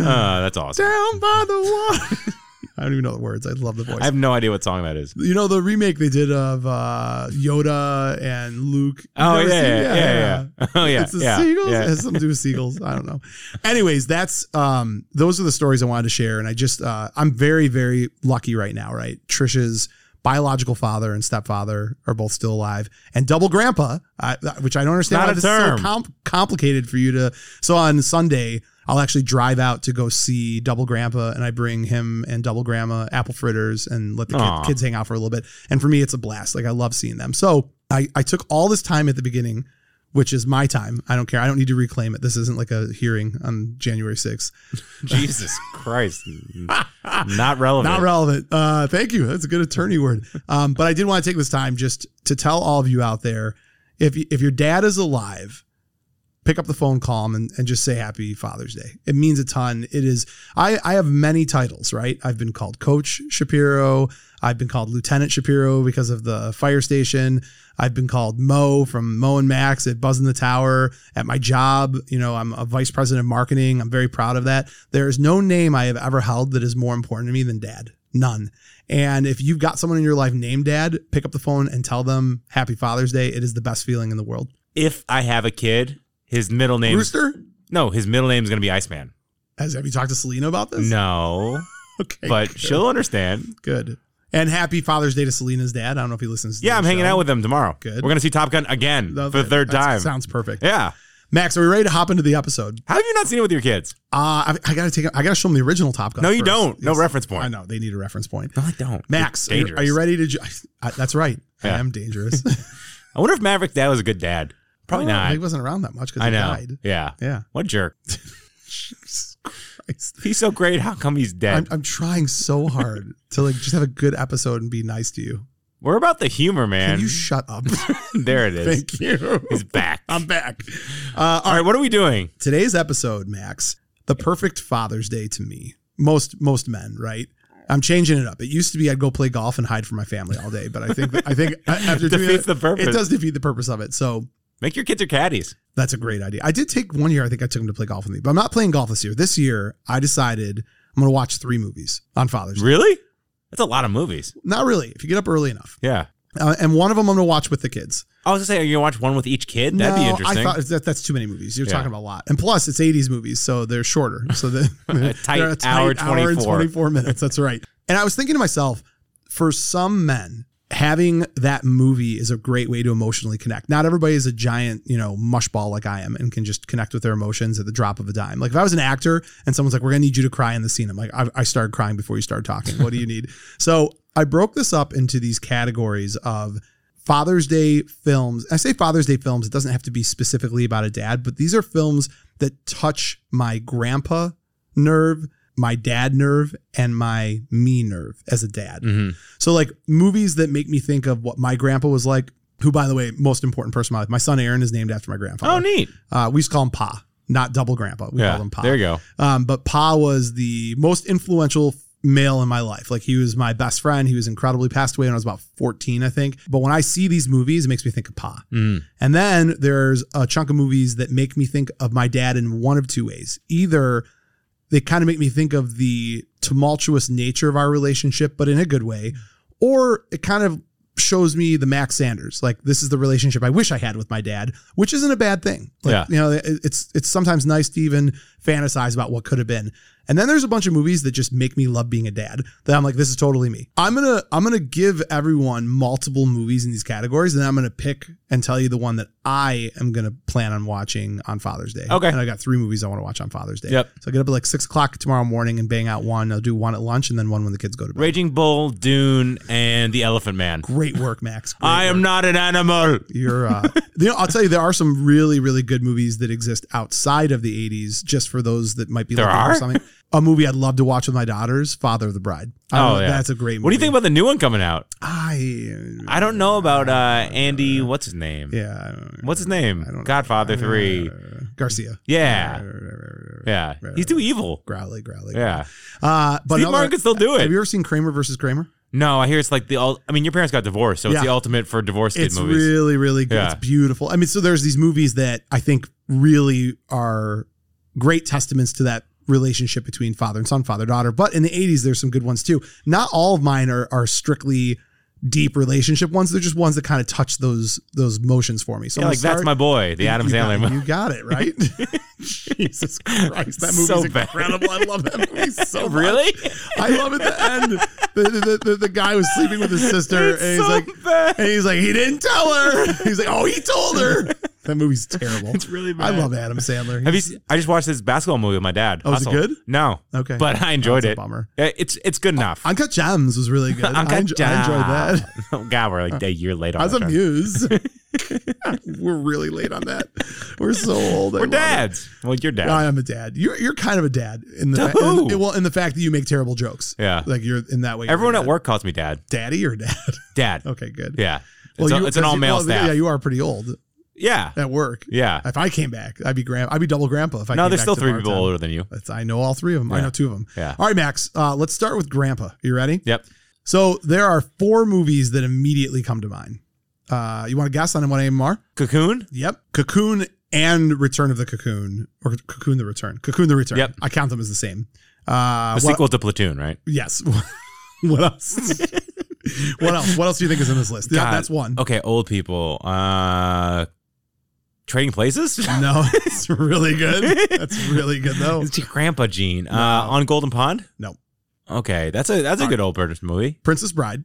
Speaker 3: Uh, that's awesome.
Speaker 1: Down by the water. I don't even know the words. I love the voice.
Speaker 3: I have no idea what song that is.
Speaker 1: you know the remake they did of uh, Yoda and Luke. You've
Speaker 3: Oh
Speaker 1: never
Speaker 3: yeah,
Speaker 1: seen-
Speaker 3: yeah, yeah, yeah, yeah. Oh yeah,
Speaker 1: It's the
Speaker 3: yeah,
Speaker 1: seagulls.
Speaker 3: yeah.
Speaker 1: It has something to do with seagulls. I don't know. Anyways, that's um those are the stories I wanted to share. And I just uh I'm very, very lucky right now, right? Trisha's biological father and stepfather are both still alive. And double grandpa, I, which I don't understand
Speaker 3: Not
Speaker 1: why
Speaker 3: a
Speaker 1: this
Speaker 3: term.
Speaker 1: is so com- complicated for you to so on Sunday. I'll actually drive out to go see Double Grandpa, and I bring him and Double Grandma apple fritters and let the
Speaker 3: Aw.
Speaker 1: kid, kids hang out for a little bit. And for me, it's a blast. Like I love seeing them. So I, I took all this time at the beginning which is my time. I don't care. I don't need to reclaim it. This isn't like a hearing on January 6th.
Speaker 3: Jesus Christ, not relevant.
Speaker 1: Not relevant. Uh, thank you. That's a good attorney word. Um, but I did want to take this time just to tell all of you out there if, if your dad is alive, pick up the phone, call him, and, and just say Happy Father's Day. It means a ton. It is, I, I have many titles, right? I've been called Coach Shapiro. I've been called Lieutenant Shapiro because of the fire station. I've been called Mo from Mo and Max at Buzz in the Tower at my job. You know, I'm a vice president of marketing. I'm very proud of that. There is no name I have ever held that is more important to me than dad. None. And if you've got someone in your life named dad, pick up the phone and tell them happy Father's Day. It is the best feeling in the world.
Speaker 3: If I have a kid, his middle name
Speaker 1: Rooster?
Speaker 3: No, his middle name is gonna be Iceman.
Speaker 1: Has, have you talked to Selena about this?
Speaker 3: No,
Speaker 1: Okay.
Speaker 3: but
Speaker 1: good.
Speaker 3: she'll understand.
Speaker 1: Good. And happy Father's Day to Selena's dad. I don't know if he listens to
Speaker 3: Yeah,
Speaker 1: the
Speaker 3: I'm hanging
Speaker 1: show.
Speaker 3: out with him tomorrow.
Speaker 1: Good.
Speaker 3: We're gonna see Top Gun again
Speaker 1: Love
Speaker 3: for the
Speaker 1: it.
Speaker 3: third
Speaker 1: That
Speaker 3: time.
Speaker 1: Sounds perfect.
Speaker 3: yeah.
Speaker 1: Max, are we ready to hop into the episode?
Speaker 3: How have you not seen it with your kids?
Speaker 1: Uh, I, I gotta take. I gotta show them the original Top Gun.
Speaker 3: No, you
Speaker 1: first.
Speaker 3: don't. No
Speaker 1: Yes.
Speaker 3: reference point.
Speaker 1: I know they need a reference point.
Speaker 3: No, I don't.
Speaker 1: Max,
Speaker 3: You're
Speaker 1: are you,
Speaker 3: dangerous.
Speaker 1: are you ready to? Ju- I, that's right. I
Speaker 3: Yeah.
Speaker 1: am dangerous.
Speaker 3: I wonder if Maverick's dad was a good dad. Probably
Speaker 1: Oh, He
Speaker 3: not.
Speaker 1: wasn't around that much because
Speaker 3: I
Speaker 1: he
Speaker 3: know.
Speaker 1: died.
Speaker 3: Yeah.
Speaker 1: Yeah.
Speaker 3: What a jerk.
Speaker 1: Jesus Christ.
Speaker 3: He's so great. How come he's dead?
Speaker 1: I'm, I'm trying so hard to like just have a good episode and be nice to you.
Speaker 3: We're about the humor, man.
Speaker 1: Can you shut up?
Speaker 3: there it is.
Speaker 1: Thank you.
Speaker 3: He's back.
Speaker 1: I'm back. Uh,
Speaker 3: All right, what are we doing?
Speaker 1: today's episode, Max, the perfect Father's Day to me. Most most men, right? I'm changing it up. It used to be I'd go play golf and hide from my family all day, but I think I think after doing
Speaker 3: Defeats
Speaker 1: that,
Speaker 3: the purpose.
Speaker 1: it does defeat the purpose of it. So
Speaker 3: Make your kids your caddies.
Speaker 1: that's a great idea. I did take one year. I think I took him to play golf with me, but I'm not playing golf this year. This year, I decided I'm going to watch three movies on Father's Day.
Speaker 3: Really? That's a lot of movies.
Speaker 1: Not really. If you get up early enough,
Speaker 3: Yeah.
Speaker 1: uh, and one of them I'm going to watch with the kids.
Speaker 3: I was gonna say, are you gonna watch one with each kid? That'd be
Speaker 1: No,
Speaker 3: interesting.
Speaker 1: I thought that, that's too many movies. You're
Speaker 3: Yeah.
Speaker 1: talking about a lot, and plus it's '80s movies, so they're shorter. So the, they're
Speaker 3: tight hour
Speaker 1: and
Speaker 3: 24.
Speaker 1: 24 minutes. That's right. And I was thinking to myself, for some men, having that movie is a great way to emotionally connect. Not everybody is a giant, you know, mushball like I am, and can just connect with their emotions at the drop of a dime. Like if I was an actor and someone's like, "We're gonna need you to cry in the scene," I'm like, "I, I started crying before you started talking. What do you need?" So I broke this up into these categories of Father's Day films. I say Father's Day films, it doesn't have to be specifically about a dad, but these are films that touch my grandpa nerve, my dad nerve, and my me nerve as a dad.
Speaker 3: Mhm.
Speaker 1: So, like movies that make me think of what my grandpa was like, who, by the way, most important person in my life, my son Aaron is named after my
Speaker 3: Oh,
Speaker 1: grandfather.
Speaker 3: neat.
Speaker 1: uh, we used to call him Pa, not double grandpa. We
Speaker 3: yeah.
Speaker 1: called him Pa.
Speaker 3: There you go.
Speaker 1: Um, but Pa was the most influential male in my life. Like he was my best friend. He was incredibly passed away when I was about 14, I think. But when I see these movies, it makes me think of Pa.
Speaker 3: Mm.
Speaker 1: And then there's a chunk of movies that make me think of my dad in one of two ways. Either they kind of make me think of the tumultuous nature of our relationship, but in a good way, or it kind of shows me the Max Sanders. Like this is the relationship I wish I had with my dad, which isn't a bad thing. Like,
Speaker 3: Yeah.
Speaker 1: you know, it- it's it's sometimes nice to even fantasize about what could have been. And then there's a bunch of movies that just make me love being a dad. That I'm like, this is totally me. I'm gonna I'm gonna give everyone multiple movies in these categories, and then I'm gonna pick and tell you the one that I am gonna plan on watching on Father's Day.
Speaker 3: Okay.
Speaker 1: And I got three movies I want to watch on Father's Day.
Speaker 3: Yep.
Speaker 1: So I get up at like six o'clock tomorrow morning and bang out one. I'll do one at lunch and then one when the kids go to bed.
Speaker 3: Raging Bull, Dune, and the Elephant Man.
Speaker 1: Great work, Max. Great
Speaker 3: I am
Speaker 1: work.
Speaker 3: not an animal.
Speaker 1: You're, uh, you know, I'll tell you, there are some really, really good movies that exist outside of the 80s, just for those that might be
Speaker 3: There
Speaker 1: looking
Speaker 3: are?
Speaker 1: for something. A movie I'd love to watch with my daughters, Father of the Bride. I don't
Speaker 3: Oh,
Speaker 1: know,
Speaker 3: yeah.
Speaker 1: That's a great movie.
Speaker 3: What do you think about the new one coming out?
Speaker 1: I,
Speaker 3: I don't know about uh, Andy. What's his name?
Speaker 1: yeah.
Speaker 3: What's his name?
Speaker 1: I don't know.
Speaker 3: Godfather Three.
Speaker 1: Garcia.
Speaker 3: Yeah. Yeah.
Speaker 1: Right,
Speaker 3: He's too evil.
Speaker 1: Growly, growly.
Speaker 3: Yeah.
Speaker 1: Uh, but
Speaker 3: Steve
Speaker 1: another-
Speaker 3: Martin can still do
Speaker 1: Have
Speaker 3: it.
Speaker 1: you ever seen Kramer versus Kramer?
Speaker 3: No, I hear it's like the. ul- I mean, your parents got divorced, so it's
Speaker 1: Yeah.
Speaker 3: the ultimate for divorced kid
Speaker 1: it's
Speaker 3: movies.
Speaker 1: really really good
Speaker 3: Yeah.
Speaker 1: it's beautiful i mean so there's these movies that i think really are great testaments to that relationship between father and son, father daughter. But in the 80s, there's some good ones too. Not all of mine are are strictly deep relationship ones. They're just ones that kind of touch those those motions for me. So
Speaker 3: Yeah,
Speaker 1: I'm
Speaker 3: like
Speaker 1: gonna
Speaker 3: that's
Speaker 1: start-
Speaker 3: my boy, the Adam
Speaker 1: you
Speaker 3: Sandler
Speaker 1: Got it,
Speaker 3: movie.
Speaker 1: you got it right. Jesus Christ, that movie's
Speaker 3: So bad.
Speaker 1: incredible. I love that movie so much.
Speaker 3: Really?
Speaker 1: I love at the end. The, the, the, the guy was sleeping with his sister,
Speaker 3: It's
Speaker 1: and he's
Speaker 3: so
Speaker 1: like,
Speaker 3: bad.
Speaker 1: and he's like, he didn't tell her. He's like, oh, he told her. That movie's terrible. It's
Speaker 3: really
Speaker 1: I
Speaker 3: bad.
Speaker 1: love Adam Sandler.
Speaker 3: Have you?
Speaker 1: He's-
Speaker 3: Seen, I just watched this basketball movie with my dad.
Speaker 1: Oh, is it
Speaker 3: Hustle.
Speaker 1: good?
Speaker 3: No.
Speaker 1: Okay.
Speaker 3: But I enjoyed
Speaker 1: That's a
Speaker 3: it.
Speaker 1: bummer.
Speaker 3: Yeah, It's it's good enough.
Speaker 1: Uncut Gems was really good. I, enj- I enjoyed that.
Speaker 3: Oh God, we're like a year late on.
Speaker 1: I was
Speaker 3: that trend.
Speaker 1: amused. We're really late on that. We're so old. I
Speaker 3: We're
Speaker 1: love it.
Speaker 3: dads. Well, you're dad.
Speaker 1: No, I am a dad. You're you're kind of a dad in the
Speaker 3: To
Speaker 1: fa- in-
Speaker 3: who?
Speaker 1: well in the fact that you make terrible jokes.
Speaker 3: Yeah.
Speaker 1: like you're in that way. you're
Speaker 3: Everyone
Speaker 1: a
Speaker 3: at
Speaker 1: dad.
Speaker 3: work calls me dad.
Speaker 1: daddy or dad.
Speaker 3: Dad.
Speaker 1: okay, good.
Speaker 3: Yeah. It's, a-
Speaker 1: you-
Speaker 3: it's an
Speaker 1: because you-
Speaker 3: all male
Speaker 1: well,
Speaker 3: staff.
Speaker 1: Yeah, you are pretty old
Speaker 3: yeah.
Speaker 1: at work.
Speaker 3: Yeah.
Speaker 1: If I came back, I'd be grand. I'd be double grandpa. If I
Speaker 3: No,
Speaker 1: came
Speaker 3: there's
Speaker 1: back
Speaker 3: still
Speaker 1: to
Speaker 3: three
Speaker 1: our
Speaker 3: people
Speaker 1: town.
Speaker 3: older than you.
Speaker 1: That's, I know all three of them. I
Speaker 3: Yeah.
Speaker 1: know two of them.
Speaker 3: Yeah.
Speaker 1: All right, Max. Uh, let's start with grandpa. You ready?
Speaker 3: Yep.
Speaker 1: So there are four movies that immediately come to mind. Uh, you want to guess on what any of them are?
Speaker 3: Cocoon.
Speaker 1: Yep. Cocoon and Return of the Cocoon, or Cocoon the Return. Cocoon the Return.
Speaker 3: Yep.
Speaker 1: I count them as the same. Uh,
Speaker 3: The
Speaker 1: what-
Speaker 3: sequel to Platoon, right?
Speaker 1: Yes. what else? what else? What else do you think is in this list? Yeah,
Speaker 3: God.
Speaker 1: that's one.
Speaker 3: Okay, old people. Uh Trading Places?
Speaker 1: No, it's really good. That's really good though.
Speaker 3: It's your grandpa Gene. Uh on Golden Pond?
Speaker 1: No.
Speaker 3: Okay, that's a that's a good old British movie.
Speaker 1: Princess Bride,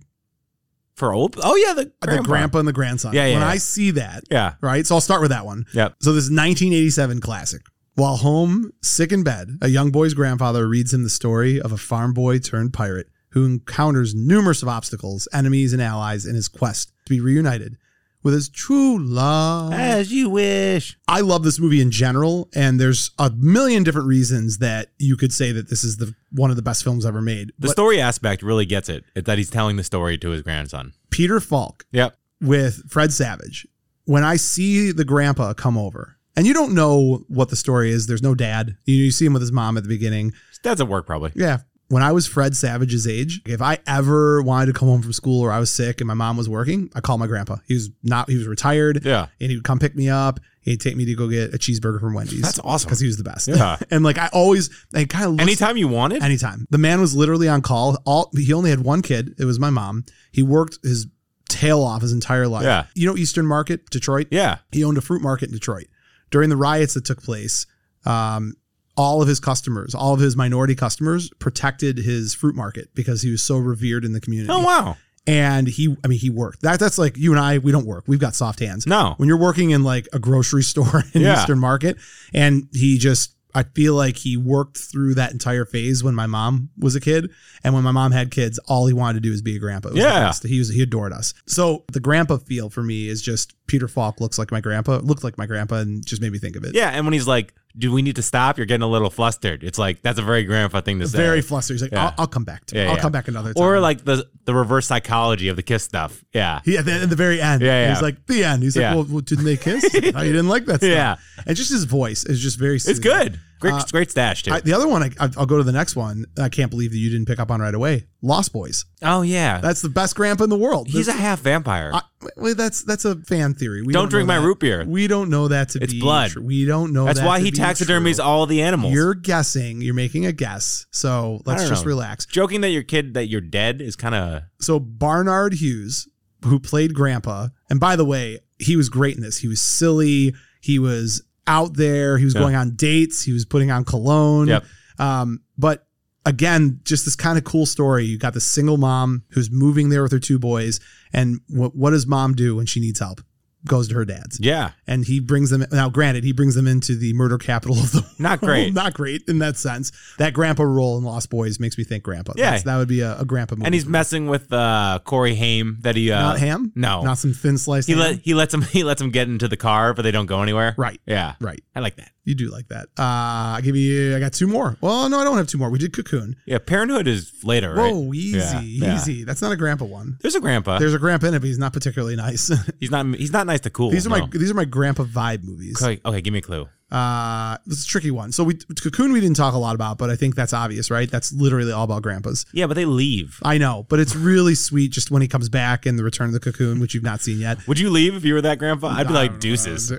Speaker 3: For old Oh yeah, the grandpa.
Speaker 1: the grandpa and the grandson.
Speaker 3: Yeah, yeah,
Speaker 1: when
Speaker 3: yeah.
Speaker 1: I see that,
Speaker 3: Yeah.
Speaker 1: right? So I'll start with that one.
Speaker 3: Yep.
Speaker 1: So this 1987 classic. While home, sick in bed, a young boy's grandfather reads him the story of a farm boy turned pirate who encounters numerous obstacles, enemies, and allies in his quest to be reunited with his true love.
Speaker 3: As you wish.
Speaker 1: I love this movie in general, and there's a million different reasons that you could say that this is the one of the best films ever made.
Speaker 3: The
Speaker 1: But
Speaker 3: story aspect really gets it. It's that he's telling the story to his grandson.
Speaker 1: Peter Falk
Speaker 3: Yep.
Speaker 1: with Fred Savage, when I see the grandpa come over, and you don't know what the story is, there's no dad. You, you see him with his mom at the beginning.
Speaker 3: That's at work probably.
Speaker 1: Yeah. When I was Fred Savage's age, if I ever wanted to come home from school or I was sick and my mom was working, I called my grandpa. He was not, he was retired
Speaker 3: Yeah.
Speaker 1: and he would come pick me up. He'd take me to go get a cheeseburger from Wendy's.
Speaker 3: That's awesome.
Speaker 1: Because he was the best.
Speaker 3: Yeah.
Speaker 1: and like I always, I kind of looked
Speaker 3: Uh, Anytime you want it?
Speaker 1: anytime. The man was literally on call. All he only had one kid. It was my mom. He worked his tail off his entire life.
Speaker 3: Yeah.
Speaker 1: You know Eastern Market, Detroit.
Speaker 3: yeah.
Speaker 1: He owned a fruit market in Detroit. During the riots that took place, um, all of his customers, all of his minority customers, protected his fruit market because he was so revered in the community.
Speaker 3: Oh wow.
Speaker 1: And he, I mean, he worked. That that's like you and I. We don't work. We've got soft hands
Speaker 3: No.
Speaker 1: when you're working in like a grocery store in
Speaker 3: Yeah.
Speaker 1: Eastern Market, and he just. I feel like he worked through that entire phase when my mom was a kid, and when my mom had kids, all he wanted to do was be a grandpa. It was the
Speaker 3: Yeah.
Speaker 1: best. he was he adored us. So the grandpa feel for me is just Peter Falk looks like my grandpa, looked like my grandpa, and just made me think of it.
Speaker 3: Yeah, and when he's like, "Do we need to stop?" You're getting a little flustered. It's like that's a very grandpa thing to say.
Speaker 1: very flustered. He's like,
Speaker 3: Yeah.
Speaker 1: I'll, I'll come back to,
Speaker 3: Yeah,
Speaker 1: I'll
Speaker 3: yeah.
Speaker 1: come back another time.
Speaker 3: or like the the reverse psychology of the kiss stuff. Yeah,
Speaker 1: he, at, the, at the very end,
Speaker 3: Yeah, yeah.
Speaker 1: he's like the end. He's like,
Speaker 3: Yeah.
Speaker 1: well, well, didn't they kiss? no, you didn't like that. Stuff.
Speaker 3: Yeah.
Speaker 1: and just his voice is just very.
Speaker 3: it's
Speaker 1: soothing.
Speaker 3: good. Great,
Speaker 1: Uh,
Speaker 3: great stash too.
Speaker 1: I, the other one, I, I'll go to the next one. I can't believe that you didn't pick up on right away. Lost Boys.
Speaker 3: oh yeah,
Speaker 1: That's the best grandpa in the world.
Speaker 3: he's a half vampire.
Speaker 1: I- well, that's that's a fan theory. We
Speaker 3: Don't drink
Speaker 1: know
Speaker 3: my
Speaker 1: that.
Speaker 3: root beer.
Speaker 1: We don't know that to
Speaker 3: It's
Speaker 1: be
Speaker 3: blood.
Speaker 1: true. We don't know.
Speaker 3: that's
Speaker 1: that
Speaker 3: why
Speaker 1: to
Speaker 3: he
Speaker 1: be
Speaker 3: taxidermies
Speaker 1: true.
Speaker 3: all the animals.
Speaker 1: You're guessing. You're making a guess. So let's
Speaker 3: don't
Speaker 1: just
Speaker 3: know.
Speaker 1: relax.
Speaker 3: joking that your kid that you're dead is kind of
Speaker 1: So Barnard Hughes, who played Grandpa, and by the way, he was great in this. He was silly. He was out there. He was
Speaker 3: Yeah.
Speaker 1: going on dates. He was putting on cologne.
Speaker 3: Yep.
Speaker 1: Um, but again, just this kind of cool story. You got the single mom who's moving there with her two boys, and what what does mom do when she needs help? Goes to her dad's,
Speaker 3: yeah,
Speaker 1: and he brings them. Now, granted, he brings them into the murder capital of the
Speaker 3: not great.
Speaker 1: not great in that sense. That grandpa role in Lost Boys makes me think grandpa.
Speaker 3: Yeah.
Speaker 1: That's- that would be a, a grandpa movie.
Speaker 3: and he's
Speaker 1: for me.
Speaker 3: messing with uh, Corey Haim that he uh,
Speaker 1: not ham.
Speaker 3: no.
Speaker 1: not some thin slice.
Speaker 3: he
Speaker 1: ham?
Speaker 3: let he lets him he lets him get into the car, but they don't go anywhere.
Speaker 1: right,
Speaker 3: Yeah,
Speaker 1: right.
Speaker 3: I like that.
Speaker 1: You do like that. Uh, I give you. I got two more. Well, no, I don't have two more. We did Cocoon.
Speaker 3: Yeah, Parenthood is later. right?
Speaker 1: Whoa, easy,
Speaker 3: Yeah, yeah.
Speaker 1: easy. That's not a grandpa one.
Speaker 3: There's a grandpa.
Speaker 1: There's a grandpa in it, but he's not particularly nice.
Speaker 3: he's not he's not nice to cool.
Speaker 1: these are my
Speaker 3: no.
Speaker 1: these are my grandpa vibe movies.
Speaker 3: Okay, okay, give me a clue.
Speaker 1: Uh, this is a tricky one. So we cocoon we didn't talk a lot about, but I think that's obvious, right? That's literally all about grandpas.
Speaker 3: Yeah, but they leave.
Speaker 1: I know, but it's really sweet just when he comes back in the Return of the Cocoon, which you've not seen yet.
Speaker 3: Would you leave if you were that grandpa? I'd be
Speaker 1: Uh,
Speaker 3: like, deuces,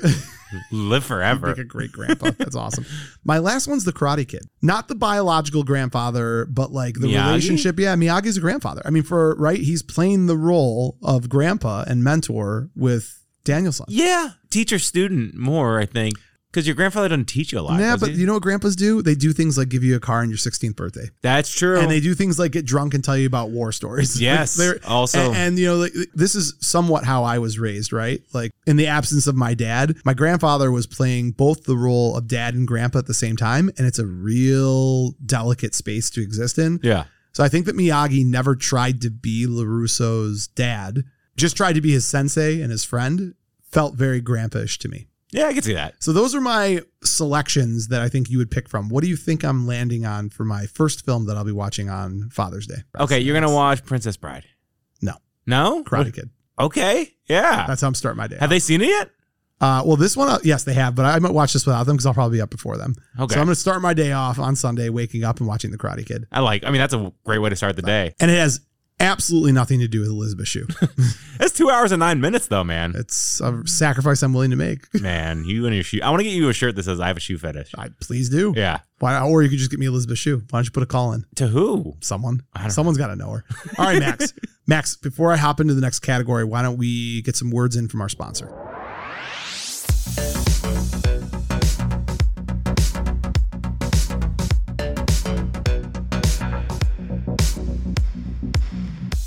Speaker 3: live forever.
Speaker 1: Like a great grandpa. That's awesome. My last one's the Karate Kid. Not the biological grandfather, but like the
Speaker 3: Miyagi?
Speaker 1: relationship. Yeah, Miyagi's a grandfather. I mean, for right, he's playing the role of grandpa and mentor with Danielson.
Speaker 3: Yeah, teacher student more, I think, because your grandfather doesn't teach you a lot.
Speaker 1: Yeah,
Speaker 3: does
Speaker 1: but
Speaker 3: he?
Speaker 1: you know what grandpas do? They do things like give you a car on your 16th birthday.
Speaker 3: that's true.
Speaker 1: and they do things like get drunk and tell you about war stories. Like,
Speaker 3: Yes,
Speaker 1: they're-
Speaker 3: also-
Speaker 1: and, and, you know, like, this is somewhat how I was raised, right? Like in the absence of my dad, my grandfather was playing both the role of dad and grandpa at the same time, and it's a real delicate space to exist in.
Speaker 3: yeah,
Speaker 1: So I think that Miyagi never tried to be Larusso's dad; just tried to be his sensei and his friend. Felt very grandpish to me.
Speaker 3: yeah, I can see that.
Speaker 1: So those are my selections that I think you would pick from. What do you think I'm landing on for my first film that I'll be watching on Father's Day?
Speaker 3: Okay, you're gonna watch Princess Bride.
Speaker 1: No.
Speaker 3: no.
Speaker 1: Karate Kid.
Speaker 3: Okay, yeah.
Speaker 1: That's how I'm starting my day.
Speaker 3: Have they seen it yet?
Speaker 1: Uh, well, this one, uh, yes, they have, but I might watch this without them because I'll probably be up before them.
Speaker 3: Okay,
Speaker 1: So I'm going to start my day off on Sunday, waking up and watching The Karate Kid,
Speaker 3: I like. I mean, that's a great way to start the day.
Speaker 1: and it has absolutely nothing to do with Elizabeth Shue.
Speaker 3: That's two hours and nine minutes, though, man.
Speaker 1: it's a sacrifice I'm willing to make.
Speaker 3: Man, you and your shoe. I want to get you a shirt that says "I have a shoe fetish."
Speaker 1: I please do.
Speaker 3: Yeah.
Speaker 1: Why? Or you could just get me Elizabeth Shue. Why don't you put a call in?
Speaker 3: To who?
Speaker 1: Someone.
Speaker 3: I don't
Speaker 1: Someone's got to know her. All right, Max. Max, before I hop into the next category, why don't we get some words in from our sponsor?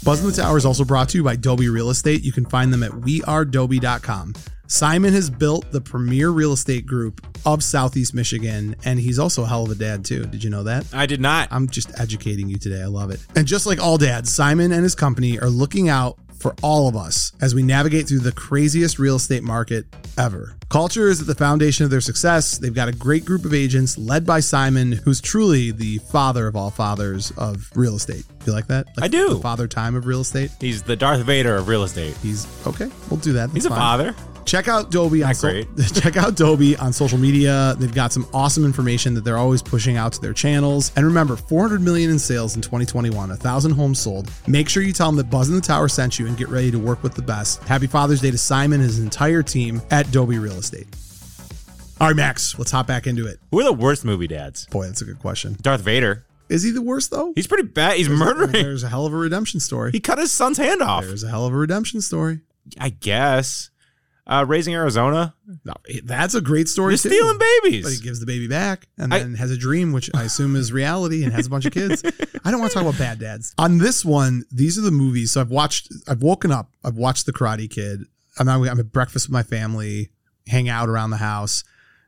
Speaker 1: Buzz in the Tower is also brought to you by Doby Real Estate. You can find them at wearedoby.com. Simon has built the premier real estate group of Southeast Michigan, and he's also a hell of a dad, too. Did you know that?
Speaker 3: I did not.
Speaker 1: I'm just educating you today. I love it. And just like all dads, Simon and his company are looking out for all of us as we navigate through the craziest real estate market ever. Culture is at the foundation of their success. They've got a great group of agents led by Simon, who's truly the father of all fathers of real estate. You like that? Like
Speaker 3: I do.
Speaker 1: The father time of real estate.
Speaker 3: He's the Darth Vader of real estate.
Speaker 1: He's okay. We'll do that. That's
Speaker 3: He's a
Speaker 1: fine.
Speaker 3: father.
Speaker 1: Check out Dobie on
Speaker 3: Not
Speaker 1: so-
Speaker 3: great.
Speaker 1: check out Dobie on social media. They've got some awesome information that they're always pushing out to their channels. And remember, 400 million in sales in 2021, 1,000 homes sold. Make sure you tell them that Buzz in the Tower sent you and get ready to work with the best. Happy Father's Day to Simon and his entire team at Dobie Real Estate. All right, Max, let's hop back into it.
Speaker 3: Who are the worst movie dads?
Speaker 1: Boy, that's a good question.
Speaker 3: Darth Vader.
Speaker 1: Is he the worst though?
Speaker 3: He's pretty bad. He's murdering.
Speaker 1: There's a hell of a redemption story.
Speaker 3: He cut his son's hand off.
Speaker 1: There's a hell of a redemption story.
Speaker 3: I guess. Uh, raising Arizona.
Speaker 1: No, that's a great story.
Speaker 3: You're
Speaker 1: too.
Speaker 3: stealing
Speaker 1: But he
Speaker 3: babies.
Speaker 1: gives the baby back and
Speaker 3: I-
Speaker 1: then has a dream, which I assume is reality, and has a bunch of kids. I don't want to talk about bad dads. On this one, these are the movies. So I've watched, I've woken up, I've watched The Karate Kid. I'm, out- I'm at breakfast with my family, hang out around the house.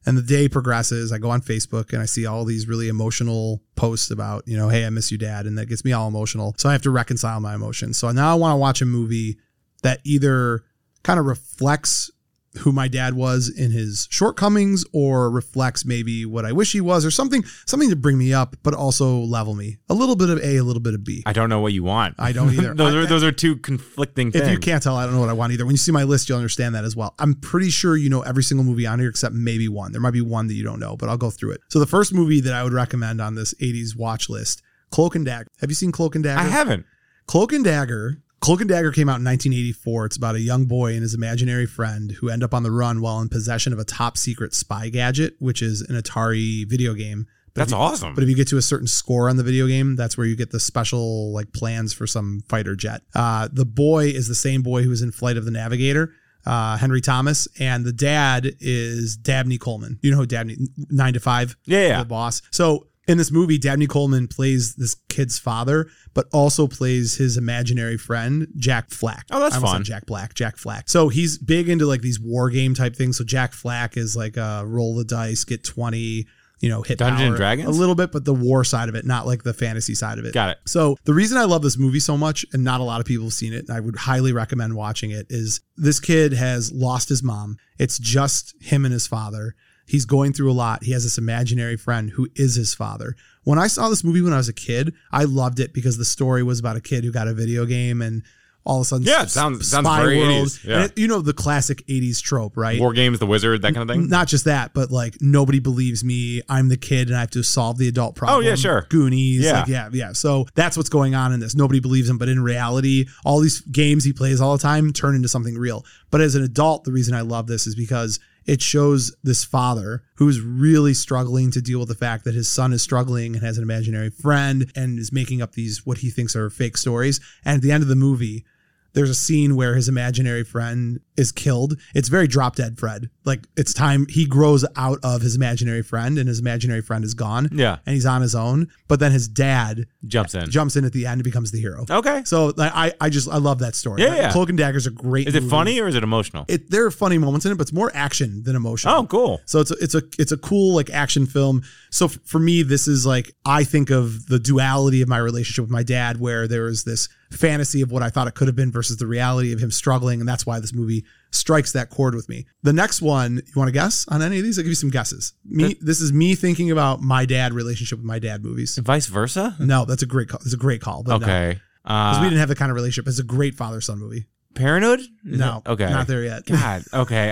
Speaker 1: And the day progresses. I go on Facebook and I see all these really emotional posts about, you know, hey, I miss you, dad. And that gets me all emotional. So I have to reconcile my emotions. So now I want to watch a movie that either kind of reflects who my dad was in his shortcomings or reflects maybe what I wish he was or something something to bring me up but also level me a little bit of A a little bit of B. I
Speaker 3: I don't know what you want.
Speaker 1: don't either.
Speaker 3: those
Speaker 1: I-
Speaker 3: are those are two conflicting things.
Speaker 1: if you can't tell I don't know what I want either. When you see my list you'll understand that as well. I'm pretty sure you know every single movie on here except maybe one. There might be one that you don't know, but I'll go through it. So the first movie that I would recommend on this 80s watch list, Cloak and Dagger. Have you seen Cloak and Dagger?
Speaker 3: I haven't.
Speaker 1: Cloak and Dagger. Cloak and Dagger came out in 1984. It's about a young boy and his imaginary friend who end up on the run while in possession of a top secret spy gadget, which is an Atari video game.
Speaker 3: That's awesome.
Speaker 1: But if you get to a certain score on the video game, that's where you get the special like plans for some fighter jet. Uh, the boy is the same boy who was in Flight of the Navigator, uh, Henry Thomas, and the dad is Dabney Coleman. You know who Dabney Nine to Five
Speaker 3: yeah, yeah.
Speaker 1: the boss. So in this movie, Dabney Coleman plays this kid's father, but also plays his imaginary friend, Jack Flack.
Speaker 3: Oh, that's
Speaker 1: I almost
Speaker 3: fun.
Speaker 1: said Jack Black, Jack Flack. So he's big into like these war game type things. So Jack Flack is like uh, roll the dice, get 20, you know, hit
Speaker 3: Dungeons and
Speaker 1: power.
Speaker 3: Dragons?
Speaker 1: A little bit, but the war side of it, not like the fantasy side of it.
Speaker 3: Got it.
Speaker 1: So the reason I love this movie so much, and not a lot of people have seen it, and I would highly recommend watching it, is this kid has lost his mom. It's just him and his father. He's going through a lot. He has this imaginary friend who is his father. When I saw this movie when I was a kid, I loved it because the story was about a kid who got a video game and all of a sudden.
Speaker 3: Yeah,
Speaker 1: s-
Speaker 3: sounds-
Speaker 1: s-
Speaker 3: sounds
Speaker 1: Spy
Speaker 3: very
Speaker 1: World.
Speaker 3: 80s, yeah.
Speaker 1: And it- you know the classic '80s trope, right?
Speaker 3: War games, the wizard, that kind of thing.
Speaker 1: Not just that, but like nobody believes me. I'm the kid, and I have to solve the adult problem.
Speaker 3: Oh, sure.
Speaker 1: Goonies.
Speaker 3: Yeah.
Speaker 1: like, yeah, yeah. So that's what's going on in this. Nobody believes him, but in reality, all these games he plays all the time turn into something real. But as an adult, the reason I love this is because it shows this father who's really struggling to deal with the fact that his son is struggling and has an imaginary friend and is making up these what he thinks are fake stories. And at the end of the movie, there's a scene where his imaginary friend is killed. It's very drop dead Fred. Like it's time he grows out of his imaginary friend and his imaginary friend is gone
Speaker 3: Yeah,
Speaker 1: and he's on his own. But then his dad
Speaker 3: jumps in.
Speaker 1: jumps in at the end and becomes the hero.
Speaker 3: Okay,
Speaker 1: So like, I, I just I love that story.
Speaker 3: Yeah,
Speaker 1: Like,
Speaker 3: yeah.
Speaker 1: Cloak and Dagger's a great.
Speaker 3: is it
Speaker 1: movie.
Speaker 3: funny or is it emotional?
Speaker 1: It there are funny moments in it, but it's more action than emotion.
Speaker 3: Oh, cool.
Speaker 1: So it's a, it's a it's a cool like action film. So f- for me, this is like I think of the duality of my relationship with my dad, where there was this fantasy of what I thought it could have been versus the reality of him struggling, and that's why this movie strikes that chord with me. The next one, you want to guess on any of these? I'll give you some guesses. Me, this is me thinking about my dad relationship with my dad movies.
Speaker 3: Vice versa.
Speaker 1: No, that's a great call. It's a great call. But okay.
Speaker 3: Okay.
Speaker 1: Because
Speaker 3: Uh,
Speaker 1: we didn't have the kind of relationship. It's a great father son movie.
Speaker 3: Parenthood. Is
Speaker 1: No.
Speaker 3: it- Okay.
Speaker 1: Not there yet.
Speaker 3: God. Okay.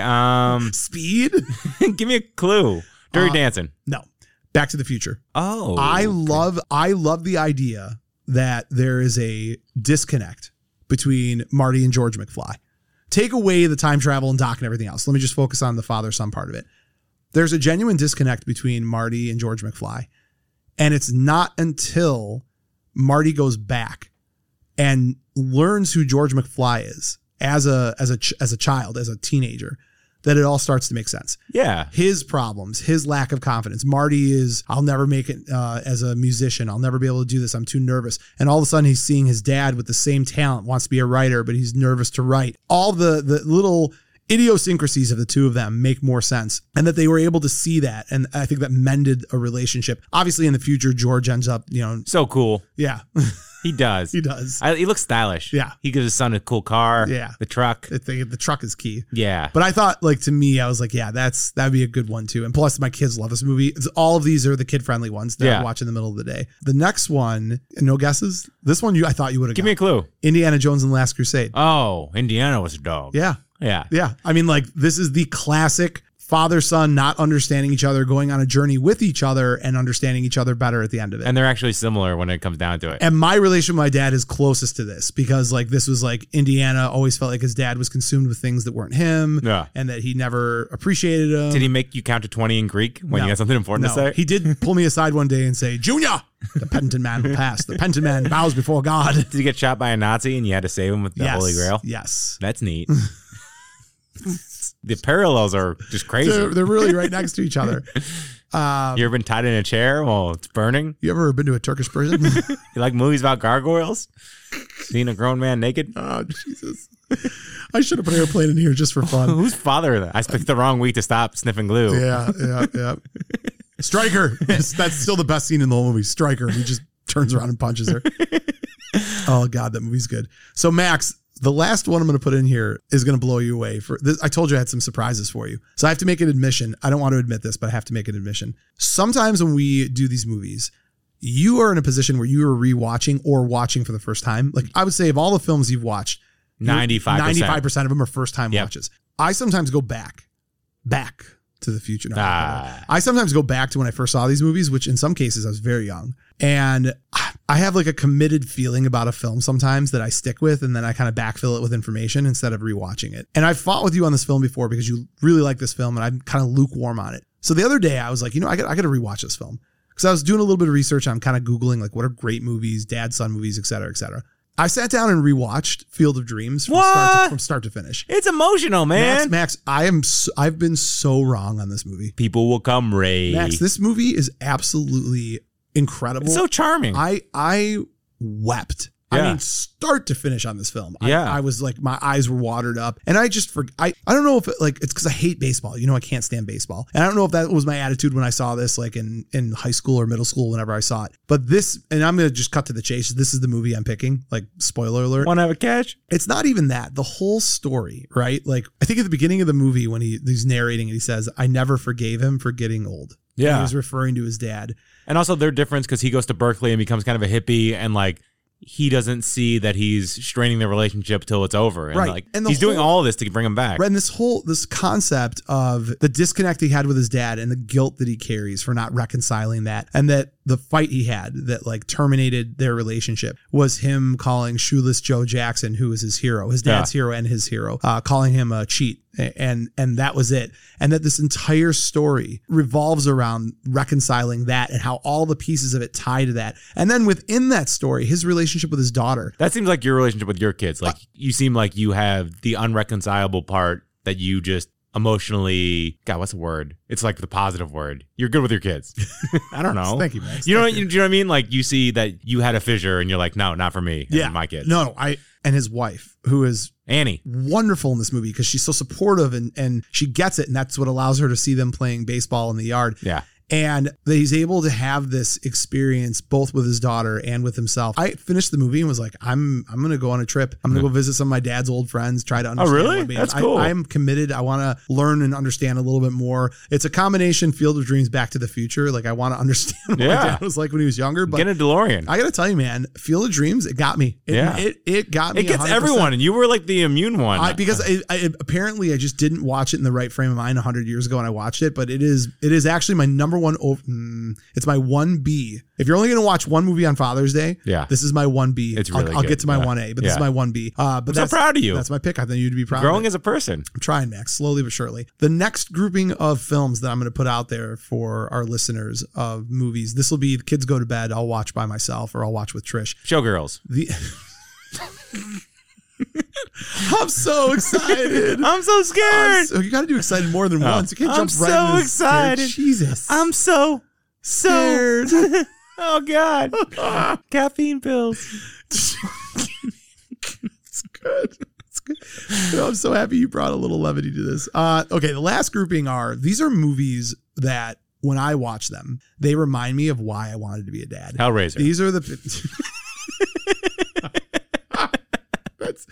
Speaker 3: Um.
Speaker 1: Speed?
Speaker 3: give me a clue. Dirty
Speaker 1: Uh,
Speaker 3: Dancing.
Speaker 1: No. Back to the future.
Speaker 3: Oh.
Speaker 1: I love I love the idea that there is a disconnect between Marty and George McFly. Take away the time travel and Doc and everything else. Let me just focus on the father son part of it. There's a genuine disconnect between Marty and George McFly. And it's not until Marty goes back and learns who George McFly is as a as a ch- as a child, as a teenager, that it all starts to make sense
Speaker 3: Yeah.
Speaker 1: his problems, his lack of confidence. Marty is, I'll never make it uh, as a musician. I'll never be able to do this. I'm too nervous. And all of a sudden, he's seeing his dad with the same talent, wants to be a writer, but he's nervous to write. All the the little idiosyncrasies of the two of them make more sense and that they were able to see that and i think that mended a relationship obviously in the future george ends up you know
Speaker 3: So cool.
Speaker 1: yeah
Speaker 3: He does.
Speaker 1: he does
Speaker 3: I, he looks stylish.
Speaker 1: Yeah.
Speaker 3: He gives his son a cool car.
Speaker 1: Yeah.
Speaker 3: The truck.
Speaker 1: I think the truck is key
Speaker 3: Yeah.
Speaker 1: But I thought, like to me, I was like, yeah, that's that'd be a good one too. And plus, my kids love this movie. It's, all of these are the kid friendly ones that
Speaker 3: Yeah.
Speaker 1: I watch in the middle of the day. The next one, no guesses. This one, you I thought you would have.
Speaker 3: Give me a clue.
Speaker 1: Indiana Jones and the Last Crusade.
Speaker 3: Oh, Indiana was a dog.
Speaker 1: yeah,
Speaker 3: Yeah.
Speaker 1: yeah. I mean, like this is the classic father son not understanding each other, going on a journey with each other, and understanding each other better at the end of it.
Speaker 3: And they're actually similar when it comes down to it.
Speaker 1: And my relation with my dad is closest to this because like this was like Indiana always felt like his dad was consumed with things that weren't him
Speaker 3: Yeah.
Speaker 1: and that he never appreciated him.
Speaker 3: Did he make you count to 20 in Greek when
Speaker 1: um, No.
Speaker 3: you had something important
Speaker 1: No,
Speaker 3: to say?
Speaker 1: he did pull me aside one day and say, "Junior, the penitent man will pass. The penitent man bows before God."
Speaker 3: Did he get shot by a Nazi and you had to save him with the
Speaker 1: yes,
Speaker 3: Holy Grail?
Speaker 1: Yes,
Speaker 3: That's neat. the parallels are just crazy.
Speaker 1: they're, they're really right next to each other. Uh,
Speaker 3: you ever been tied in a chair while it's burning?
Speaker 1: you ever been to a Turkish prison?
Speaker 3: You like movies about gargoyles? Seen a grown man naked?
Speaker 1: oh Jesus! I should have put airplane in here just for fun.
Speaker 3: Whose father? I picked the wrong week to stop sniffing glue.
Speaker 1: Yeah, yeah, yeah. Striker. That's still the best scene in the whole movie. Striker. He just turns around and punches her. oh God, that movie's good. So Max, the last one I'm going to put in here is going to blow you away. For this, I told you I had some surprises for you. So I have to make an admission. I don't want to admit this, but I have to make an admission. Sometimes when we do these movies. You are in a position where you are rewatching or watching for the first time. Like I would say, of all the films you've watched,
Speaker 3: 95%.
Speaker 1: 95% of them are first time
Speaker 3: Yep.
Speaker 1: watches. I sometimes go back, back to the future. No,
Speaker 3: Ah.
Speaker 1: I sometimes go back to when I first saw these movies, which in some cases I was very young. And I have like a committed feeling about a film sometimes that I stick with and then I kind of backfill it with information instead of rewatching it. And I've fought with you on this film before because you really like this film and I'm kind of lukewarm on it. So the other day I was like, you know, I got I got to rewatch this film because I was doing a little bit of research. I'm kind of googling like what are great movies, dad son movies, et cetera, et cetera. I sat down and rewatched Field of Dreams from, start to,
Speaker 3: What?
Speaker 1: from start to finish.
Speaker 3: It's emotional,
Speaker 1: Max,
Speaker 3: man.
Speaker 1: Max, I am so, I've been so wrong on this movie.
Speaker 3: People will come rage.
Speaker 1: Max, this movie is absolutely incredible.
Speaker 3: it's so charming.
Speaker 1: I I wept. I
Speaker 3: Yeah.
Speaker 1: mean, start to finish on this film. I-
Speaker 3: Yeah.
Speaker 1: I, was like, my eyes were watered up, and I just for I I don't know if it, like it's because I hate baseball. You know, I can't stand baseball, and I don't know if that was my attitude when I saw this, like in in high school or middle school, whenever I saw it. But this, and I'm gonna just cut to the chase. This is the movie I'm picking. Like, spoiler alert
Speaker 3: Want to have a catch?
Speaker 1: it's not even that the whole story right like i think at the beginning of the movie when he he's narrating and he says i never forgave him for getting old And he was referring to his dad
Speaker 3: And also their difference because he goes to Berkeley and becomes kind of a hippie and like he doesn't see that he's straining the relationship till it's over. And
Speaker 1: Right.
Speaker 3: like
Speaker 1: And the
Speaker 3: he's doing
Speaker 1: whole-
Speaker 3: all this to bring him back.
Speaker 1: Right, and this whole this concept of the disconnect he had with his dad and the guilt that he carries for not reconciling that, and that the fight he had that like terminated their relationship was him calling shoeless Joe Jackson, who was his hero, his dad's hero and his hero, uh, calling him a cheat, A- and and that was it, and that this entire story revolves around reconciling that and how all the pieces of it tie to that, and then within that story, his relationship with his daughter,
Speaker 3: That seems like your relationship with your kids. Like you seem like you have the unreconcilable part that you just emotionally God, what's the word? It's like the positive word. You're good with your kids. I don't know.
Speaker 1: Thank you, Max.
Speaker 3: You know,
Speaker 1: Thank
Speaker 3: what, you, do you know what I mean? Like you see that you had a fissure, and you're like, no, not for me. and
Speaker 1: Yeah.
Speaker 3: my kids.
Speaker 1: no, no, I and his wife, who is
Speaker 3: Annie.
Speaker 1: wonderful in this movie because she's so supportive and and she gets it and that's what allows her to see them playing baseball in the yard
Speaker 3: Yeah.
Speaker 1: and that he's able to have this experience both with his daughter and with himself. I finished the movie and was like, I'm I'm gonna go on a trip. I'm gonna go visit some of my dad's old friends, try to understand.
Speaker 3: Mm-hmm. Oh, really?
Speaker 1: what made-
Speaker 3: That's cool.
Speaker 1: I, I'm committed. I want to learn and understand a little bit more. It's a combination Field of Dreams, Back to the Future. Like I want to understand what my
Speaker 3: Yeah.
Speaker 1: dad was like when he was younger. But
Speaker 3: Get a DeLorean.
Speaker 1: I gotta tell you, man, Field of Dreams, it got me. It,
Speaker 3: Yeah.
Speaker 1: it it got me.
Speaker 3: it gets
Speaker 1: 100%.
Speaker 3: everyone, and you were like the immune one.
Speaker 1: I, because I, I apparently I just didn't watch it in the right frame of mind 100 years ago, and I watched it. But it is it is actually my number one. ov- mm, it's my one B. If you're only going to watch one movie on Father's Day,
Speaker 3: Yeah.
Speaker 1: this is my one B.
Speaker 3: It's
Speaker 1: I'll,
Speaker 3: really
Speaker 1: I'll
Speaker 3: good.
Speaker 1: get to my
Speaker 3: Yeah.
Speaker 1: one A, but this is
Speaker 3: Yeah.
Speaker 1: my one B. Uh, but
Speaker 3: I'm so
Speaker 1: that's,
Speaker 3: proud of you.
Speaker 1: That's my pick. I think you'd be proud. of
Speaker 3: Growing
Speaker 1: it.
Speaker 3: as a person.
Speaker 1: I'm trying, Max, slowly but surely. The next grouping of films that I'm going to put out there for our listeners of movies. This will be kids go to bed. I'll watch by myself, or I'll watch with Trish.
Speaker 3: Showgirls.
Speaker 1: The I'm so excited.
Speaker 3: I'm so
Speaker 1: I'm
Speaker 3: scared.
Speaker 1: so- you got to do excited more than
Speaker 3: Oh.
Speaker 1: once. You can't
Speaker 3: I'm
Speaker 1: jump right.
Speaker 3: so
Speaker 1: into scared.
Speaker 3: excited.
Speaker 1: Jesus.
Speaker 3: I'm so so.
Speaker 1: scared.
Speaker 3: Oh God. Caffeine pills.
Speaker 1: it's good. It's good. You know, I'm so happy you brought a little levity to this. Uh, okay, the last grouping are these are movies that when I watch them, they remind me of why I wanted to be a dad.
Speaker 3: Hellraiser.
Speaker 1: These are the. That's,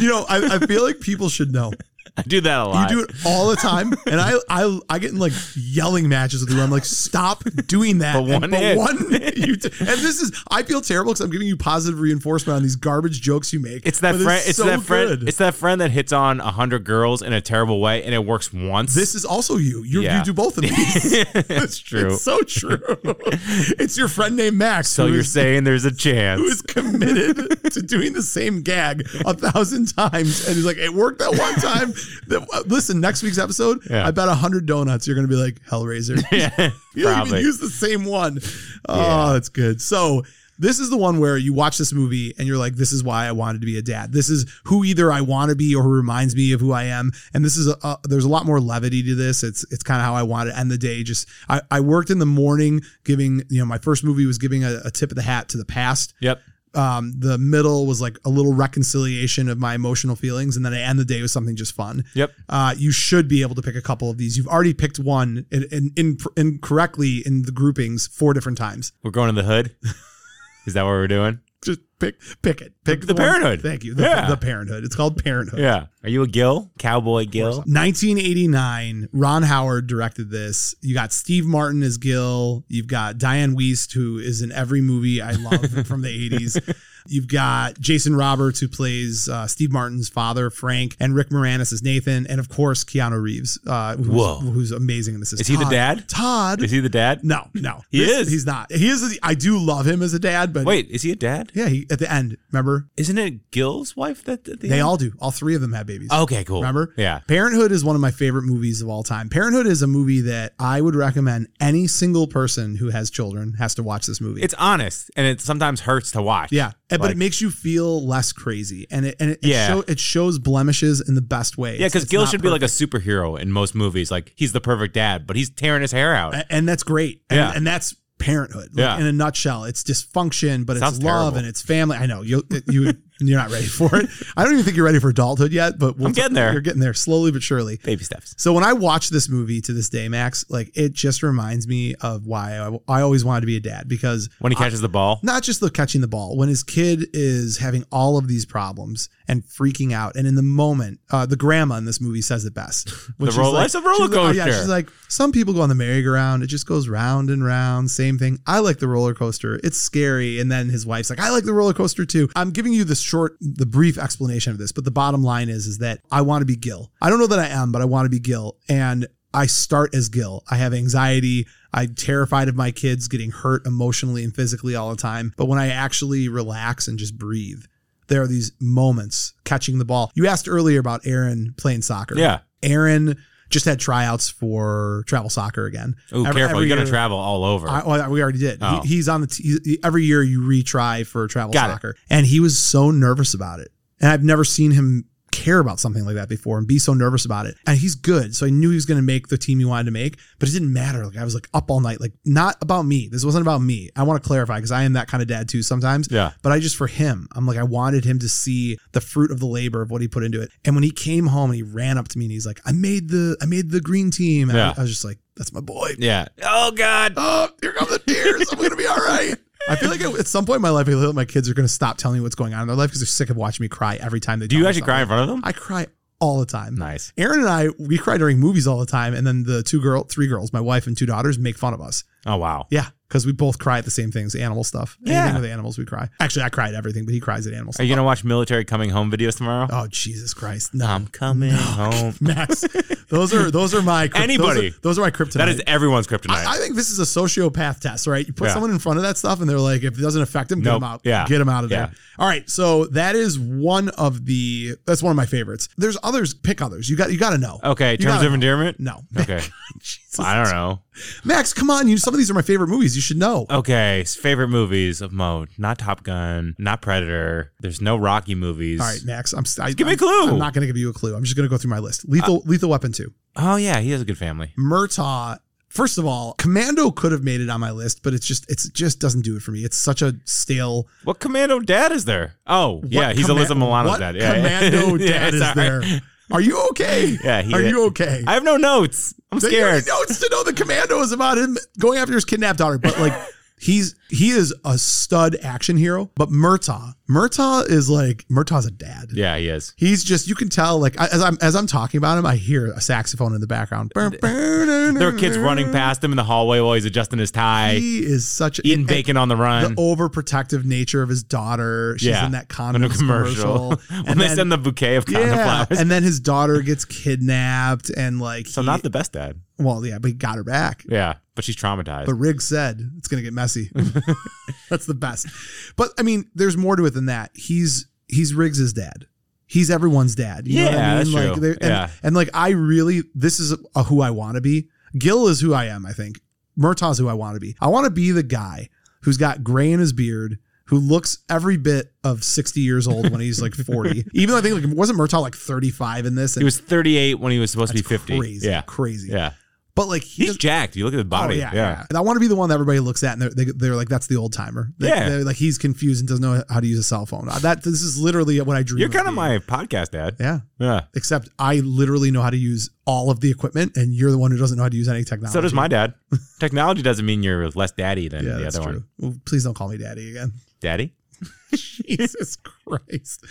Speaker 1: you know, I, I feel like people should know.
Speaker 3: I do that a
Speaker 1: You
Speaker 3: lot.
Speaker 1: do it all the time, and I, I, I get in like yelling matches with you. I'm like, stop doing that.
Speaker 3: But
Speaker 1: And-
Speaker 3: one is.
Speaker 1: one, you t- and this is, I feel terrible because I'm giving you positive reinforcement on these garbage jokes you make.
Speaker 3: It's that
Speaker 1: but
Speaker 3: friend. It's
Speaker 1: so
Speaker 3: that friend.
Speaker 1: good.
Speaker 3: It's that friend that hits on a hundred girls in a terrible way, and it works once.
Speaker 1: this is also you. You,
Speaker 3: Yeah.
Speaker 1: you do both of these.
Speaker 3: that's true.
Speaker 1: It's so true. it's your friend named Max.
Speaker 3: so
Speaker 1: who
Speaker 3: you're
Speaker 1: is-
Speaker 3: saying there's a chance?
Speaker 1: who is committed to doing the same gag a thousand times, and he's like, "It worked that one time." That- Listen, next week's episode,
Speaker 3: Yeah.
Speaker 1: I bet a hundred donuts. You're gonna be like Hellraiser.
Speaker 3: yeah,
Speaker 1: You don't
Speaker 3: probably.
Speaker 1: even use the same one. Oh, that's good. So this is the one where you watch this movie and you're like, this is why I wanted to be a dad. This is who either I want to be or who reminds me of who I am. And this is a, a- there's a lot more levity to this. It's it's kind of how I want to end the day. Just I, I worked in the morning giving you know my first movie was giving a, a tip of the hat to the past.
Speaker 3: yep.
Speaker 1: Um, the middle was like a little reconciliation of my emotional feelings, and then I end the day with something just fun.
Speaker 3: Yep.
Speaker 1: Uh, you should be able to pick a couple of these. You've already picked one in, in, in, incorrectly in the groupings four different times.
Speaker 3: We're going to the hood. Is that what we're doing?
Speaker 1: Just pick pick it. Pick
Speaker 3: The- the
Speaker 1: one-
Speaker 3: Parenthood.
Speaker 1: Thank you. The,
Speaker 3: Yeah.
Speaker 1: the Parenthood. It's called Parenthood.
Speaker 3: Yeah. Are you a Gill? Cowboy Gill?
Speaker 1: 1989, Ron Howard directed this. You got Steve Martin as Gil. You've got Diane Wiest, who is in every movie I love from the 80s. You've got Jason Roberts, who plays uh, Steve Martin's father, Frank, and Rick Moranis as Nathan, and of course Keanu Reeves, uh, who's,
Speaker 3: Whoa.
Speaker 1: who's amazing in this.
Speaker 3: Is he the
Speaker 1: Todd-
Speaker 3: dad?
Speaker 1: Todd.
Speaker 3: Is he the dad?
Speaker 1: no, no,
Speaker 3: He
Speaker 1: This-
Speaker 3: is.
Speaker 1: He's not. He is. I do love him as a dad, but
Speaker 3: Wait, is he a dad?
Speaker 1: yeah, he, at the end, remember
Speaker 3: Isn't it Gill's wife that that
Speaker 1: they all do. All three of them have babies.
Speaker 3: Okay, cool.
Speaker 1: Remember?
Speaker 3: Yeah.
Speaker 1: Parenthood is one of my favorite movies of all time. Parenthood is a movie that I would recommend any single person who has children has to watch this movie.
Speaker 3: It's honest, and it sometimes hurts to watch.
Speaker 1: yeah, And- but
Speaker 3: like-
Speaker 1: it makes you feel less crazy, and it and it, it
Speaker 3: Yeah.
Speaker 1: show, it shows blemishes in the best way.
Speaker 3: Yeah, because Gil should be like a superhero in most movies. Like he's the perfect dad, but he's tearing his hair out.
Speaker 1: A- and that's great. And,
Speaker 3: Yeah.
Speaker 1: and that's parenthood. Like,
Speaker 3: Yeah.
Speaker 1: In a nutshell, it's dysfunction, but
Speaker 3: Sounds
Speaker 1: it's love
Speaker 3: terrible.
Speaker 1: and it's family. I know you you would You're not ready for it. I don't even think you're ready for adulthood yet, but we'll
Speaker 3: I'm getting there.
Speaker 1: You're getting there slowly but surely.
Speaker 3: Baby steps.
Speaker 1: So when I watch this movie to this day, Max, like it just reminds me of why I, I always wanted to be a dad because
Speaker 3: When he catches the ball,
Speaker 1: not just the catching the ball when his kid is having all of these problems and freaking out and in the moment uh, the grandma in this movie says it best When
Speaker 3: The
Speaker 1: she's
Speaker 3: roll- life's a roller
Speaker 1: she's like- oh, yeah
Speaker 3: coaster.
Speaker 1: she's like some people go on the merry-go-round it just goes round and round same thing i like the roller coaster it's scary and then his wife's like i like the roller coaster too i'm giving you the short the brief explanation of this but the bottom line is is that i want to be gil i don't know that i am but i want to be gil and I start as Gil. I have anxiety. I'm terrified of my kids getting hurt emotionally and physically all the time. But when I actually relax and just breathe, there are these moments catching the ball. You asked earlier about Aaron playing soccer.
Speaker 3: yeah.
Speaker 1: Aaron just had tryouts for travel soccer again.
Speaker 3: Ooh,
Speaker 1: Every-
Speaker 3: careful!
Speaker 1: every
Speaker 3: You're gonna
Speaker 1: year-
Speaker 3: travel all over.
Speaker 1: I, well, we already did.
Speaker 3: Oh.
Speaker 1: He, he's on the t- he- every year you retry for travel
Speaker 3: Got it.
Speaker 1: soccer, and he was so nervous about it. And I've never seen him care about something like that before and be so nervous about it. And he's good, so I knew he was going to make the team he wanted to make, but it didn't matter. Like I was like up all night, like not about me. This wasn't about me. I want to clarify because I am that kind of dad too sometimes.
Speaker 3: yeah.
Speaker 1: But I just for him, I'm like I wanted him to see the fruit of the labor of what he put into it. And when he came home and he ran up to me and he's like, "I made the I made the green team." And I-
Speaker 3: Yeah.
Speaker 1: I was just like, "That's my boy."
Speaker 3: Yeah. Oh God.
Speaker 1: Oh, here come the tears. I'm going to be all right. I feel like at at some point in my life, I feel like my kids are going to stop telling me what's going on in their life because they're sick of watching me cry every time they
Speaker 3: Do
Speaker 1: tell
Speaker 3: you
Speaker 1: me
Speaker 3: actually cry in
Speaker 1: something.
Speaker 3: front of them?
Speaker 1: I cry all the time.
Speaker 3: Nice.
Speaker 1: Aaron and I, we cry during movies all the time. And then the two girl, three girls, my wife and two daughters make fun of us.
Speaker 3: Oh wow.
Speaker 1: Yeah. Because we both cry at the same things, animal stuff. Anything
Speaker 3: Yeah.
Speaker 1: with animals, we cry. Actually, I cry at everything, but he cries at animal
Speaker 3: Are
Speaker 1: stuff.
Speaker 3: you gonna watch military coming home videos tomorrow?
Speaker 1: Oh, Jesus Christ. No.
Speaker 3: I'm coming home.
Speaker 1: Max, those are those are my kryp-
Speaker 3: Anybody.
Speaker 1: Those are, those are my kryptonite.
Speaker 3: That is everyone's kryptonite.
Speaker 1: I, I think this is a sociopath test, right? You put
Speaker 3: Yeah.
Speaker 1: someone in front of that stuff, and they're like, if it doesn't affect them, get
Speaker 3: Nope.
Speaker 1: them out.
Speaker 3: Yeah.
Speaker 1: Get them out of
Speaker 3: Yeah.
Speaker 1: there. All right. So that is one of the, that's one of my favorites. There's others, pick others. You got, you got to know.
Speaker 3: okay.
Speaker 1: You
Speaker 3: Terms
Speaker 1: gotta
Speaker 3: of
Speaker 1: know.
Speaker 3: endearment.
Speaker 1: No.
Speaker 3: Oh. Okay.
Speaker 1: Jesus.
Speaker 3: I don't know.
Speaker 1: Max, come on. You, some of these are my favorite movies. You should
Speaker 3: Oh,
Speaker 1: know.
Speaker 3: Okay, s- favorite movies of mode. Not Top Gun, not Predator. There's no Rocky movies.
Speaker 1: All right, Max. I'm, I,
Speaker 3: give me a
Speaker 1: I'm-
Speaker 3: clue. Uh,
Speaker 1: I'm not going to give you a clue. I'm just going to go through my list. Lethal, Lethal Weapon 2.
Speaker 3: Oh yeah, he has a good family.
Speaker 1: Murtaugh. First of all, Commando could have made it on my list, but it's just it's just doesn't do it for me. It's such a stale
Speaker 3: What commando dad is there? Oh yeah,
Speaker 1: What
Speaker 3: he's
Speaker 1: comma-
Speaker 3: Alyssa Milano's
Speaker 1: what
Speaker 3: dad. Yeah, yeah.
Speaker 1: commando
Speaker 3: Yeah,
Speaker 1: dad is
Speaker 3: sorry.
Speaker 1: there? Are you okay?
Speaker 3: Yeah, he-
Speaker 1: Are you okay?
Speaker 3: I have no notes. I'm
Speaker 1: Take your
Speaker 3: scared.
Speaker 1: notes to know the commando is about him going after his kidnapped daughter, but like he's he is a stud action hero. But Murtaugh, Murtaugh is like Murtaugh's a dad.
Speaker 3: Yeah, he is.
Speaker 1: He's just you can tell like I- as I'm as I'm talking about him, I hear a saxophone in the background.
Speaker 3: There
Speaker 1: There
Speaker 3: are kids running past him in the hallway while he's adjusting his tie,
Speaker 1: He is such
Speaker 3: eating
Speaker 1: and-
Speaker 3: bacon on the
Speaker 1: the
Speaker 3: run.
Speaker 1: overprotective nature of his daughter. She's
Speaker 3: Yeah.
Speaker 1: in that
Speaker 3: on a
Speaker 1: condom commercial.
Speaker 3: commercial. when they
Speaker 1: then-
Speaker 3: send the bouquet of condom
Speaker 1: yeah,
Speaker 3: flowers.
Speaker 1: and then his daughter gets kidnapped, and like,
Speaker 3: so
Speaker 1: he-
Speaker 3: not the best dad.
Speaker 1: well, yeah, but he got her back.
Speaker 3: Yeah, but she's traumatized.
Speaker 1: But Riggs said it's gonna get messy. That's the best. But I mean, there's more to it than that. He's he's Riggs's dad. He's everyone's dad. You know what
Speaker 3: Yeah,
Speaker 1: I mean?
Speaker 3: that's
Speaker 1: like,
Speaker 3: true.
Speaker 1: they- And,
Speaker 3: Yeah.
Speaker 1: and like, I really, this is a, who I want to be. Gil is who I am. I think Murtaugh's who I want to be. I want to be the guy who's got gray in his beard. Who looks every bit of sixty years old when he's like forty? Even though I think like wasn't Murtaugh like thirty five in this?
Speaker 3: he was 38 when he was supposed to be
Speaker 1: That's
Speaker 3: 50.
Speaker 1: Crazy,
Speaker 3: Yeah,
Speaker 1: crazy.
Speaker 3: yeah.
Speaker 1: But like he
Speaker 3: He's
Speaker 1: does-
Speaker 3: jacked. You look at his body.
Speaker 1: Oh,
Speaker 3: yeah,
Speaker 1: And I want to be the one that everybody looks at and they're, they, they're like, that's the old timer. They,
Speaker 3: Yeah.
Speaker 1: They're like, he's confused and doesn't know how to use a cell phone. Uh, That This is literally what I dream.
Speaker 3: You're kind of
Speaker 1: being.
Speaker 3: my podcast dad.
Speaker 1: Yeah.
Speaker 3: Yeah.
Speaker 1: Except I literally know how to use all of the equipment and you're the one who doesn't know how to use any technology.
Speaker 3: So does my dad. Technology doesn't mean you're less daddy than
Speaker 1: Yeah,
Speaker 3: the
Speaker 1: that's
Speaker 3: other
Speaker 1: true.
Speaker 3: one.
Speaker 1: Well, please don't call me daddy again.
Speaker 3: Daddy?
Speaker 1: Jesus Christ.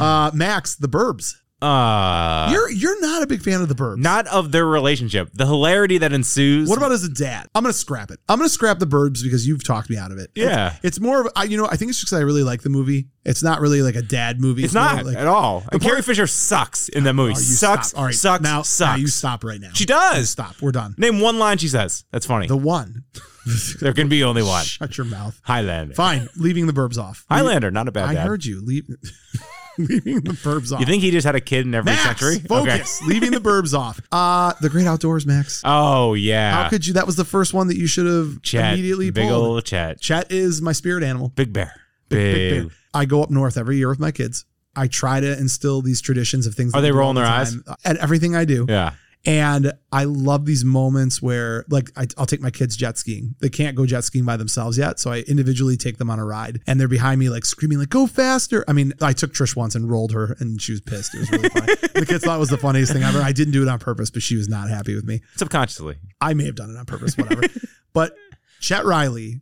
Speaker 1: Uh, Max, the burbs.
Speaker 3: Uh
Speaker 1: you're you're not a big fan of the burbs.
Speaker 3: not of their relationship. The hilarity that ensues.
Speaker 1: What about as a dad? I'm gonna scrap it. I'm gonna scrap the burbs because you've talked me out of it.
Speaker 3: Yeah.
Speaker 1: It's, it's more of I, you know I think it's just 'cause I really like the movie. It's not really like a dad movie.
Speaker 3: It's not
Speaker 1: more like
Speaker 3: at all. And Carrie
Speaker 1: part-
Speaker 3: Fisher sucks in that movie.
Speaker 1: Oh, you
Speaker 3: sucks.
Speaker 1: stop. All right,
Speaker 3: Sucks.
Speaker 1: now,
Speaker 3: sucks.
Speaker 1: now you stop right now.
Speaker 3: She does.
Speaker 1: Stop. We're done.
Speaker 3: Name one line she says. That's funny.
Speaker 1: The one.
Speaker 3: there can be only one.
Speaker 1: Shut your mouth.
Speaker 3: Highlander.
Speaker 1: Fine. Leaving the burbs off.
Speaker 3: Highlander, not a bad
Speaker 1: I
Speaker 3: dad.
Speaker 1: heard you. Leave. leaving the burbs off.
Speaker 3: you think he just had a kid in every
Speaker 1: Max,
Speaker 3: century?
Speaker 1: focus. leaving the burbs off. Uh the great outdoors, Max.
Speaker 3: Oh yeah.
Speaker 1: How could you? That was the first one that you should have
Speaker 3: Chet.
Speaker 1: immediately
Speaker 3: big
Speaker 1: pulled.
Speaker 3: old Chet.
Speaker 1: Chet is my spirit animal.
Speaker 3: Big Bear.
Speaker 1: Big, big bear. I go up north every year with my kids. I try to instill these traditions of things. that
Speaker 3: Are they
Speaker 1: we do all
Speaker 3: rolling
Speaker 1: the
Speaker 3: their
Speaker 1: time at everything I do?
Speaker 3: Yeah.
Speaker 1: And I love these moments where, like, I, I'll take my kids jet skiing. They can't go jet skiing by themselves yet. So I individually take them on a ride and they're behind me, like, screaming, like, go faster. I mean, I took Trish once and rolled her and she was pissed. It was really funny. the kids thought it was the funniest thing ever. I didn't do it on purpose, but she was not happy with me.
Speaker 3: Subconsciously.
Speaker 1: I may have done it on purpose, whatever. but Chet Riley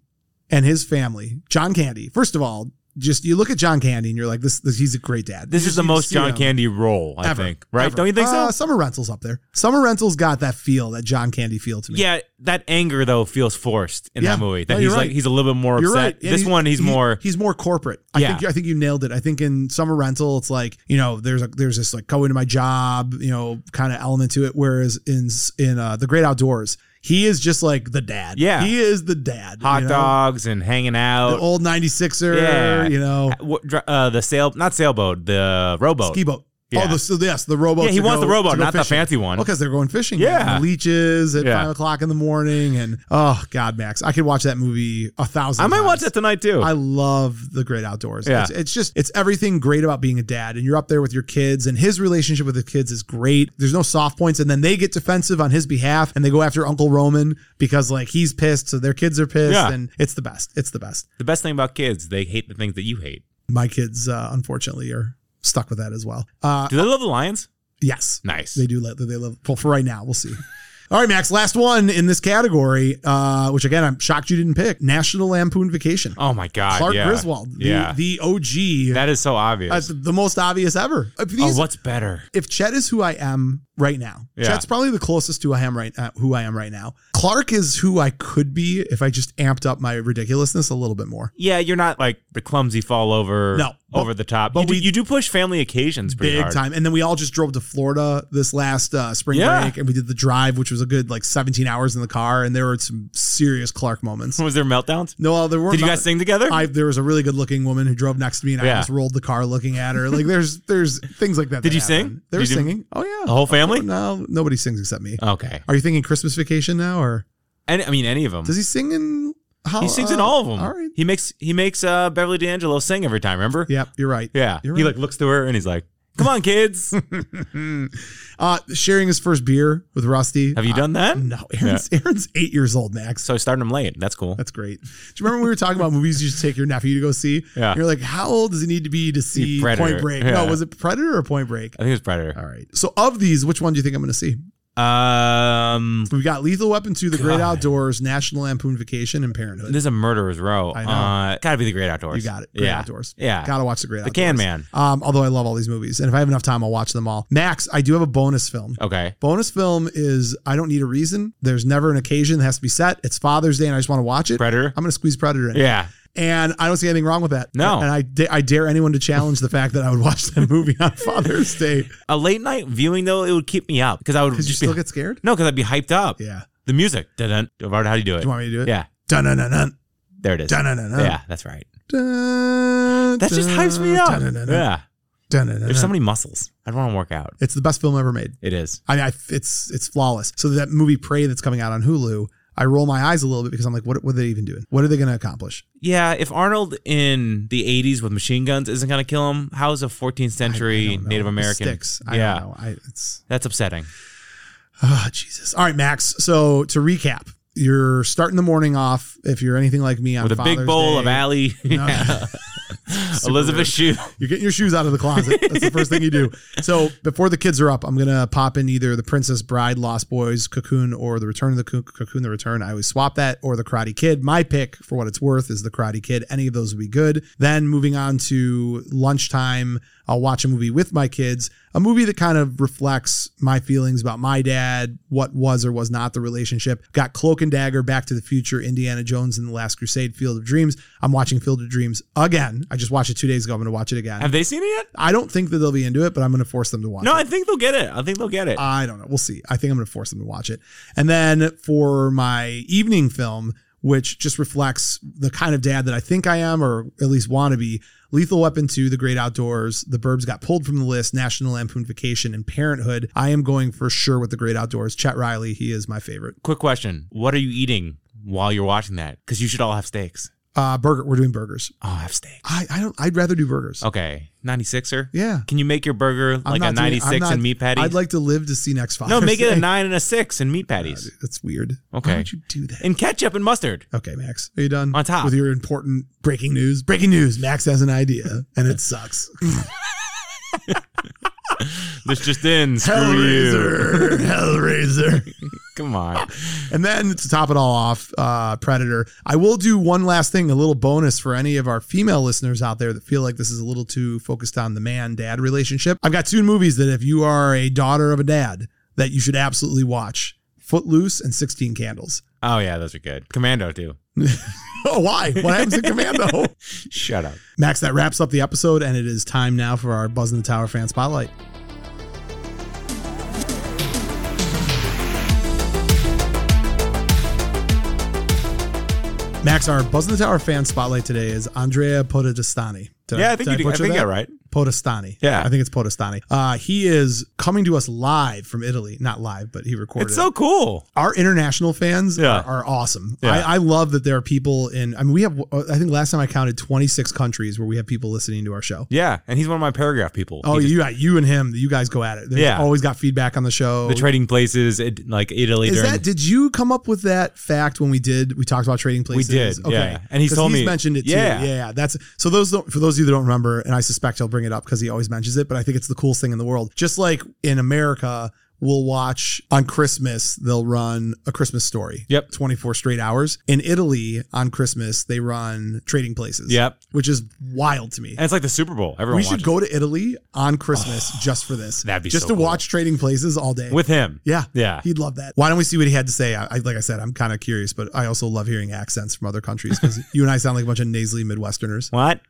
Speaker 1: and his family, John Candy, first of all, just you look at John Candy and you're like, this, this he's a great dad.
Speaker 3: This
Speaker 1: You just
Speaker 3: is the
Speaker 1: need to
Speaker 3: most
Speaker 1: see
Speaker 3: John
Speaker 1: him.
Speaker 3: Candy role, I
Speaker 1: Ever.
Speaker 3: think. Right?
Speaker 1: Ever.
Speaker 3: Don't you think
Speaker 1: Uh,
Speaker 3: so?
Speaker 1: Summer Rentals up there. Summer Rentals got that feel, that John Candy feel to me.
Speaker 3: Yeah, that anger though feels forced in
Speaker 1: Yeah.
Speaker 3: that movie. That
Speaker 1: No,
Speaker 3: he's
Speaker 1: you're
Speaker 3: like
Speaker 1: right.
Speaker 3: he's a little bit more
Speaker 1: You're
Speaker 3: upset.
Speaker 1: right. And
Speaker 3: this
Speaker 1: he-
Speaker 3: one he's
Speaker 1: he-
Speaker 3: more
Speaker 1: he's more corporate. I
Speaker 3: Yeah.
Speaker 1: think you- I think you nailed it. I think in Summer Rental it's like, you know, there's a there's this like go into my job, you know, kind of element to it whereas in s- in uh, The Great Outdoors, he is just like the dad.
Speaker 3: Yeah.
Speaker 1: He is the dad.
Speaker 3: hot
Speaker 1: you know?
Speaker 3: dogs and hanging
Speaker 1: The
Speaker 3: out.
Speaker 1: old 96er,
Speaker 3: Oh. Yeah.
Speaker 1: you know,
Speaker 3: What- dr- uh, the sail, not sailboat, the rowboat.
Speaker 1: ski boat.
Speaker 3: Yeah.
Speaker 1: Oh, the, so yes, the rowboat.
Speaker 3: yeah, he
Speaker 1: to
Speaker 3: wants
Speaker 1: go-
Speaker 3: the
Speaker 1: to
Speaker 3: rowboat,
Speaker 1: go
Speaker 3: not the
Speaker 1: fishing.
Speaker 3: fancy one.
Speaker 1: Well, because they're going fishing.
Speaker 3: Yeah.
Speaker 1: and leeches at
Speaker 3: Yeah.
Speaker 1: five o'clock in the morning, and oh god, Max, I could watch that movie a thousand.
Speaker 3: I might
Speaker 1: times.
Speaker 3: watch that tonight too.
Speaker 1: I love the great outdoors.
Speaker 3: Yeah.
Speaker 1: It's, it's just, it's everything great about being a dad. And you're up there with your kids, and his relationship with the kids is great. There's no soft points. And then they get defensive on his behalf and they go after Uncle Roman because, like, he's pissed. So their kids are pissed.
Speaker 3: Yeah.
Speaker 1: And it's the best. It's the best.
Speaker 3: the best thing about kids, they hate the things that you hate.
Speaker 1: My kids, uh, unfortunately, are stuck with that as well. Uh,
Speaker 3: Do they love the lions?
Speaker 1: yes.
Speaker 3: Nice.
Speaker 1: They do let they love well for right now. We'll see. All right, Max. Last one in this category, uh, which again I'm shocked you didn't pick. National Lampoon Vacation.
Speaker 3: oh my god,
Speaker 1: Clark
Speaker 3: yeah.
Speaker 1: Griswold, the,
Speaker 3: yeah,
Speaker 1: the OG.
Speaker 3: that is so obvious.
Speaker 1: That's the most obvious ever. If,
Speaker 3: oh,
Speaker 1: these,
Speaker 3: what's better?
Speaker 1: if Chet is who I am right now,
Speaker 3: Yeah.
Speaker 1: Chet's probably the closest to I am right uh, who I am right now. Clark is who I could be if I just amped up my ridiculousness a little bit more.
Speaker 3: Yeah, you're not like the clumsy fall over,
Speaker 1: No, but-
Speaker 3: over the top.
Speaker 1: but
Speaker 3: you, do,
Speaker 1: we-
Speaker 3: you do push family occasions pretty
Speaker 1: Big
Speaker 3: hard.
Speaker 1: time. And then we all just drove to Florida this last uh, spring
Speaker 3: Yeah.
Speaker 1: break and we did the drive, which was a good like 17 hours in the car. And there were some serious Clark moments.
Speaker 3: Was there meltdowns?
Speaker 1: No, well, there were
Speaker 3: Hmm. Did you
Speaker 1: not-
Speaker 3: guys sing together?
Speaker 1: I, there was a really good looking woman who drove next to me and I
Speaker 3: Yeah.
Speaker 1: just rolled the car looking at her. Like there's there's things like that.
Speaker 3: Did
Speaker 1: that
Speaker 3: you
Speaker 1: happen.
Speaker 3: sing?
Speaker 1: They were
Speaker 3: Did you Oh. do-
Speaker 1: singing. Oh yeah.
Speaker 3: the whole family?
Speaker 1: No, nobody sings except me.
Speaker 3: Okay.
Speaker 1: Are you thinking Christmas Vacation now, or
Speaker 3: Any, I mean, any of them.
Speaker 1: does he sing in? How,
Speaker 3: he sings in
Speaker 1: uh,
Speaker 3: all of them.
Speaker 1: All right.
Speaker 3: He makes he makes uh, Beverly D'Angelo sing every time. Remember?
Speaker 1: Yep, you're right.
Speaker 3: Yeah.
Speaker 1: You're
Speaker 3: He
Speaker 1: right.
Speaker 3: like looks to her and he's like, "Come on, kids.
Speaker 1: Uh, sharing his first beer with Rusty.
Speaker 3: Have you done that?"
Speaker 1: Uh, no, Aaron's Aaron's eight years old, Max.
Speaker 3: So starting him late. That's cool.
Speaker 1: That's great. Do you remember when we were talking about movies you should take your nephew to go see?
Speaker 3: Yeah.
Speaker 1: You're like, how old does he need to be to see
Speaker 3: Predator.
Speaker 1: Point Break?
Speaker 3: Yeah.
Speaker 1: No, was it Predator or Point Break?
Speaker 3: I think it's Predator.
Speaker 1: All right. So of these, which one do you think I'm going to see?
Speaker 3: Um,
Speaker 1: We've got Lethal Weapon 2, The Great
Speaker 3: God.
Speaker 1: Outdoors, National Lampoon Vacation, and Parenthood.
Speaker 3: This is a murderer's row.
Speaker 1: I know.
Speaker 3: Uh, gotta be the Great Outdoors.
Speaker 1: you got it. Great
Speaker 3: yeah.
Speaker 1: Outdoors.
Speaker 3: Yeah.
Speaker 1: Gotta watch The Great
Speaker 3: the
Speaker 1: Outdoors.
Speaker 3: Can Man.
Speaker 1: Um, although I love all these movies, and if I have enough time, I'll watch them all. Max, I do have a bonus film.
Speaker 3: Okay.
Speaker 1: Bonus film is I don't need a reason. There's never an occasion that has to be set. It's Father's Day, and I just want to watch it.
Speaker 3: Predator.
Speaker 1: I'm going to squeeze Predator in,
Speaker 3: Yeah.
Speaker 1: and I don't see anything wrong with that.
Speaker 3: No.
Speaker 1: and I da- I dare anyone to challenge the fact that I would watch that movie on Father's Day.
Speaker 3: A late night viewing though, it would keep me up because I would
Speaker 1: Because you
Speaker 3: just be
Speaker 1: still get scared.
Speaker 3: no, because I'd be hyped up.
Speaker 1: Yeah.
Speaker 3: The music. Dun dun. How do you do it?
Speaker 1: Do you want me to do it?
Speaker 3: Yeah.
Speaker 1: Dun dun dun dun
Speaker 3: There it is.
Speaker 1: dun dun dun.
Speaker 3: Yeah, that's right.
Speaker 1: Dun,
Speaker 3: That just hypes me up. Yeah. There's
Speaker 1: There's
Speaker 3: so many muscles. I'd want to work out.
Speaker 1: It's the best film ever made.
Speaker 3: It is.
Speaker 1: I mean, I, it's it's flawless. So that movie Prey that's coming out on Hulu, I roll my eyes a little bit because I'm like, what, what are they even doing? What are they going to accomplish?
Speaker 3: Yeah, if Arnold in the 80s with machine guns isn't going to kill him, how is a 14th
Speaker 1: I
Speaker 3: century
Speaker 1: don't know.
Speaker 3: Native
Speaker 1: It
Speaker 3: American?
Speaker 1: sticks. I
Speaker 3: yeah,
Speaker 1: don't know. I, it's
Speaker 3: that's upsetting.
Speaker 1: oh Jesus. All right, Max. So to recap, you're starting the morning off. If you're anything like me, on
Speaker 3: With a big
Speaker 1: Father's
Speaker 3: bowl
Speaker 1: Day.
Speaker 3: of alley,
Speaker 1: No.
Speaker 3: Elizabeth Shue.
Speaker 1: You're getting your shoes out of the closet. That's the first thing you do. So before the kids are up, I'm gonna pop in either the Princess Bride, Lost Boys, Cocoon, or the Return of the Coo- Cocoon, the Return. I always swap that or the Karate Kid. My pick, for what it's worth, is the Karate Kid. Any of those would be good. Then moving on to lunchtime, I'll watch a movie with my kids. A movie that kind of reflects my feelings about my dad, what was or was not the relationship. Got Cloak and Dagger, Back to the Future, Indiana Jones, and The Last Crusade, Field of Dreams. I'm watching Field of Dreams again. I just watched it two days ago. I'm going to watch it again.
Speaker 3: Have they seen it yet?
Speaker 1: I don't think that they'll be into it, but I'm going to force them to watch
Speaker 3: No,
Speaker 1: it.
Speaker 3: I think they'll get it. I think they'll get it.
Speaker 1: I don't know. We'll see. I think I'm going to force them to watch it. And then for my evening film, which just reflects the kind of dad that I think I am, or at least want to be, Lethal Weapon 2, The Great Outdoors, The Burbs got pulled from the list, National Lampoon Vacation, and Parenthood. I am going for sure with The Great Outdoors. Chet Riley, he is my favorite.
Speaker 3: Quick question: What are you eating while you're watching that? Because you should all have steaks.
Speaker 1: Uh, burger. We're doing burgers.
Speaker 3: Oh, I have steak.
Speaker 1: I, I don't. I'd rather do burgers.
Speaker 3: Okay, 96er.
Speaker 1: Yeah.
Speaker 3: Can you make your burger
Speaker 1: I'm
Speaker 3: like a
Speaker 1: not doing- I'm
Speaker 3: 96
Speaker 1: not-
Speaker 3: and meat patty?
Speaker 1: I'd like to live to see next Father's
Speaker 3: no, make it
Speaker 1: Day.
Speaker 3: a nine and a six and meat patties
Speaker 1: That's weird. Why
Speaker 3: Okay.
Speaker 1: would you do that?
Speaker 3: and ketchup and mustard.
Speaker 1: Okay, Max, are you done
Speaker 3: On top.
Speaker 1: with your important breaking news? Breaking news: Max has an idea, and it sucks.
Speaker 3: This just in. Screw you.
Speaker 1: Hellraiser, Hellraiser.
Speaker 3: Come on.
Speaker 1: And then to top it all off, uh, Predator. I will do one last thing, a little bonus for any of our female listeners out there that feel like this is a little too focused on the man dad relationship. I've got two movies that if you are a daughter of a dad, that you should absolutely watch: Footloose and Sixteen Candles.
Speaker 3: Oh yeah, those are good. Commando too.
Speaker 1: Oh, why? What happens in Commando?
Speaker 3: Shut up.
Speaker 1: Max, that wraps up the episode, and it is time now for our Buzz in the Tower fan spotlight. Max, our Buzz in the Tower fan spotlight today is Andrea Podestani. Did
Speaker 3: yeah, I think
Speaker 1: did
Speaker 3: you did. I
Speaker 1: butcher
Speaker 3: think
Speaker 1: that?
Speaker 3: you're right.
Speaker 1: Podestani.
Speaker 3: Yeah.
Speaker 1: I think it's Podestani. Uh, he is coming to us live from Italy. Not live, but he recorded.
Speaker 3: It's
Speaker 1: it
Speaker 3: so cool.
Speaker 1: our international fans
Speaker 3: Yeah.
Speaker 1: are, are awesome.
Speaker 3: Yeah.
Speaker 1: I, I love that there are people in. I mean, we have. uh, I think last time I counted, twenty six countries where we have people listening to our show.
Speaker 3: Yeah, and he's one of my paragraph people.
Speaker 1: Oh,
Speaker 3: He just-
Speaker 1: you got you and him. You guys go at it. They've
Speaker 3: Yeah.
Speaker 1: always got feedback on the show.
Speaker 3: the trading places, it, like Italy.
Speaker 1: Is
Speaker 3: during
Speaker 1: that? Did you come up with that fact when we did? We talked about trading places.
Speaker 3: did, yeah. And he
Speaker 1: 'Cause
Speaker 3: told
Speaker 1: he's
Speaker 3: me-
Speaker 1: mentioned it too.
Speaker 3: Yeah.
Speaker 1: Yeah, yeah. That's so. Those don't, for those of you that don't remember, and I suspect he'll bring it up because he always mentions it. But I think it's the coolest thing in the world. Just like in America. We'll watch on Christmas, they'll run a Christmas story.
Speaker 3: Yep.
Speaker 1: 24 straight hours. In Italy, on Christmas, they run trading places.
Speaker 3: Yep.
Speaker 1: Which is wild to me.
Speaker 3: and it's like the Super Bowl. Everyone
Speaker 1: we should
Speaker 3: watches
Speaker 1: go to Italy on Christmas just for this.
Speaker 3: that'd be
Speaker 1: just
Speaker 3: so
Speaker 1: to
Speaker 3: cool.
Speaker 1: watch trading places all day.
Speaker 3: it. with him.
Speaker 1: Yeah.
Speaker 3: Yeah.
Speaker 1: He'd love that. Why don't we see what he had to say? I, I like I said, I'm kind of curious, but I also love hearing accents from other countries because you and I sound like a bunch of nasally Midwesterners.
Speaker 3: What?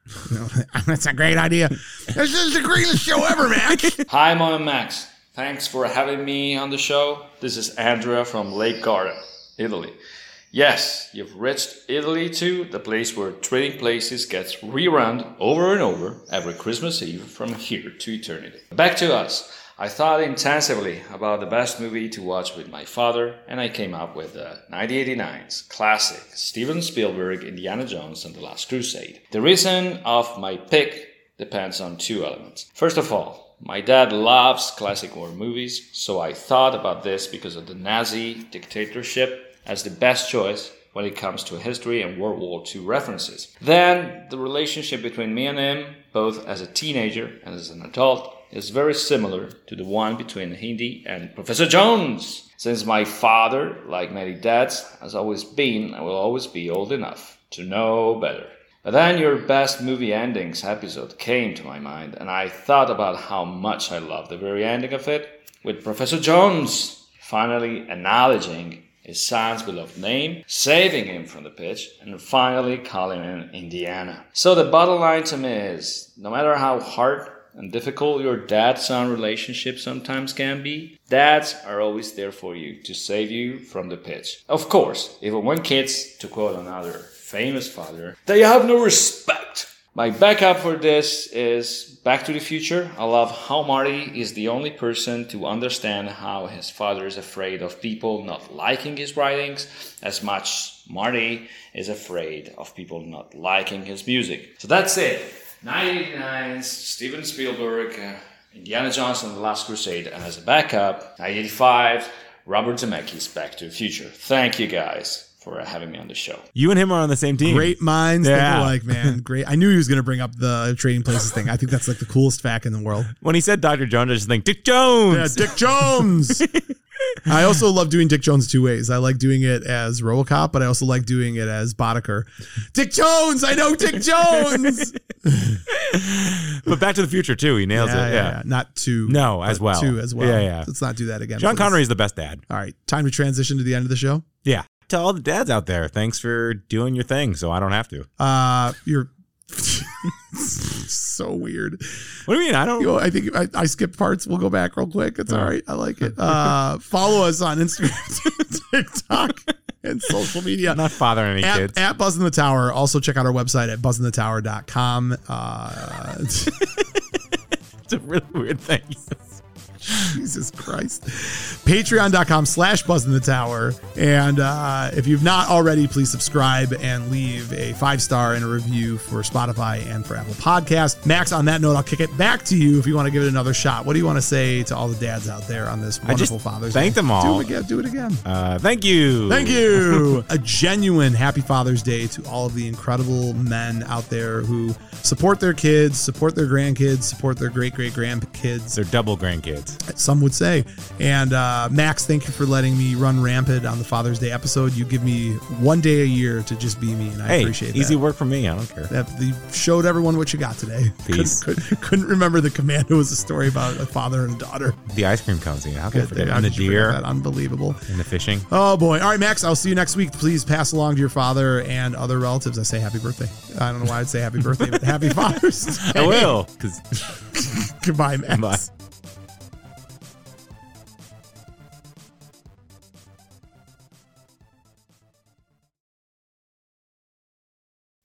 Speaker 1: That's a great idea. This is the greatest show ever, man.
Speaker 5: Hi, Mo and Max. Thanks for having me on the show. This is Andrea from Lake Garda, Italy. Yes, you've reached Italy too, the place where Trading Places gets rerun over and over every Christmas Eve from here to eternity. Back to us. I thought intensively about the best movie to watch with my father, and I came up with the 1989's classic Steven Spielberg, Indiana Jones, and The Last Crusade. The reason of my pick depends on two elements. First of all, my dad loves classic war movies, so I thought about this because of the Nazi dictatorship as the best choice when it comes to history and World War II references. Then, the relationship between me and him, both as a teenager and as an adult, is very similar to the one between Hindi and Professor Jones. Since my father, like many dads, has always been and will always be old enough to know better. But then your best movie endings episode came to my mind, and I thought about how much I love the very ending of it with Professor Jones finally acknowledging his son's beloved name, saving him from the pitch, and finally calling him Indiana. So the bottom line to me is no matter how hard and difficult your dad son relationship sometimes can be, dads are always there for you to save you from the pitch. Of course, even when kids, to quote another famous father, they have no respect. My backup for this is Back to the Future. I love how Marty is the only person to understand how his father is afraid of people not liking his writings as much Marty is afraid of people not liking his music. So that's it. 1989's Steven Spielberg, uh, Indiana Jones and the Last Crusade, and as a backup, 1985, Robert Zemeckis, Back to the Future. Thank you guys for having me on the show.
Speaker 3: You and him are on the same team.
Speaker 1: Great minds think
Speaker 3: Yeah.
Speaker 1: alike, man. Great. I knew he was going to bring up the trading places thing. I think that's like the coolest fact in the world.
Speaker 3: When he said Dr. Jones, I just think Dick Jones.
Speaker 1: Yeah, Dick Jones. I also love doing Dick Jones two ways. I like doing it as Robocop, but I also like doing it as Boddicker. Dick Jones, I know Dick Jones.
Speaker 3: But Back to the Future too. He nails it. Yeah.
Speaker 1: Not two.
Speaker 3: No, as
Speaker 1: but
Speaker 3: well.
Speaker 1: Two as well.
Speaker 3: Yeah, yeah.
Speaker 1: Let's not do that again.
Speaker 3: John
Speaker 1: please.
Speaker 3: Connery is the best dad.
Speaker 1: All right, time to transition to the end of the show.
Speaker 3: Yeah. To all the dads out there, thanks for doing your thing, so I don't have to.
Speaker 1: Uh, you're so weird.
Speaker 3: What do you mean? I don't.
Speaker 1: You know, I think I, I skipped parts. We'll go back real quick. It's all right. I like it. Uh, follow us on Instagram, TikTok, and social media.
Speaker 3: I'm not fathering any
Speaker 1: at,
Speaker 3: kids.
Speaker 1: at Buzz in the Tower. Also, check out our website at buzzinthetower.com. Uh,
Speaker 3: It's a really weird thing.
Speaker 1: Jesus Christ. Patreon.com slash Buzz in the Tower. And uh, if you've not already, please subscribe and leave a five star and a review for Spotify and for Apple Podcast. Max, on that note, I'll kick it back to you if you want to give it another shot. What do you want to say to all the dads out there on this
Speaker 3: just
Speaker 1: wonderful Father's
Speaker 3: thank
Speaker 1: Day?
Speaker 3: them all.
Speaker 1: Do it again. Do it again.
Speaker 3: Uh, thank you.
Speaker 1: Thank you. a genuine happy Father's Day to all of the incredible men out there who support their kids, support their grandkids, support their great great grandkids,
Speaker 3: They're double grandkids.
Speaker 1: some would say. And uh, Max, thank you for letting me run rampant on the Father's Day episode. You give me one day a year to just be me, and I
Speaker 3: Hey,
Speaker 1: appreciate that.
Speaker 3: easy work for me. I don't care.
Speaker 1: That you showed everyone what you got today.
Speaker 3: Peace.
Speaker 1: Couldn't, couldn't, couldn't remember the commando was a story about a father and a daughter.
Speaker 3: The ice cream comes in. How can I forget?
Speaker 1: How
Speaker 3: And the
Speaker 1: did you forget
Speaker 3: deer
Speaker 1: that? Unbelievable.
Speaker 3: and the fishing.
Speaker 1: Oh boy! All right, Max. I'll see you next week. Please pass along to your father and other relatives. I say happy birthday. I don't know why I'd say happy birthday, but happy Father's Day.
Speaker 3: I will. 'cause-
Speaker 1: Goodbye, Max.
Speaker 3: Bye.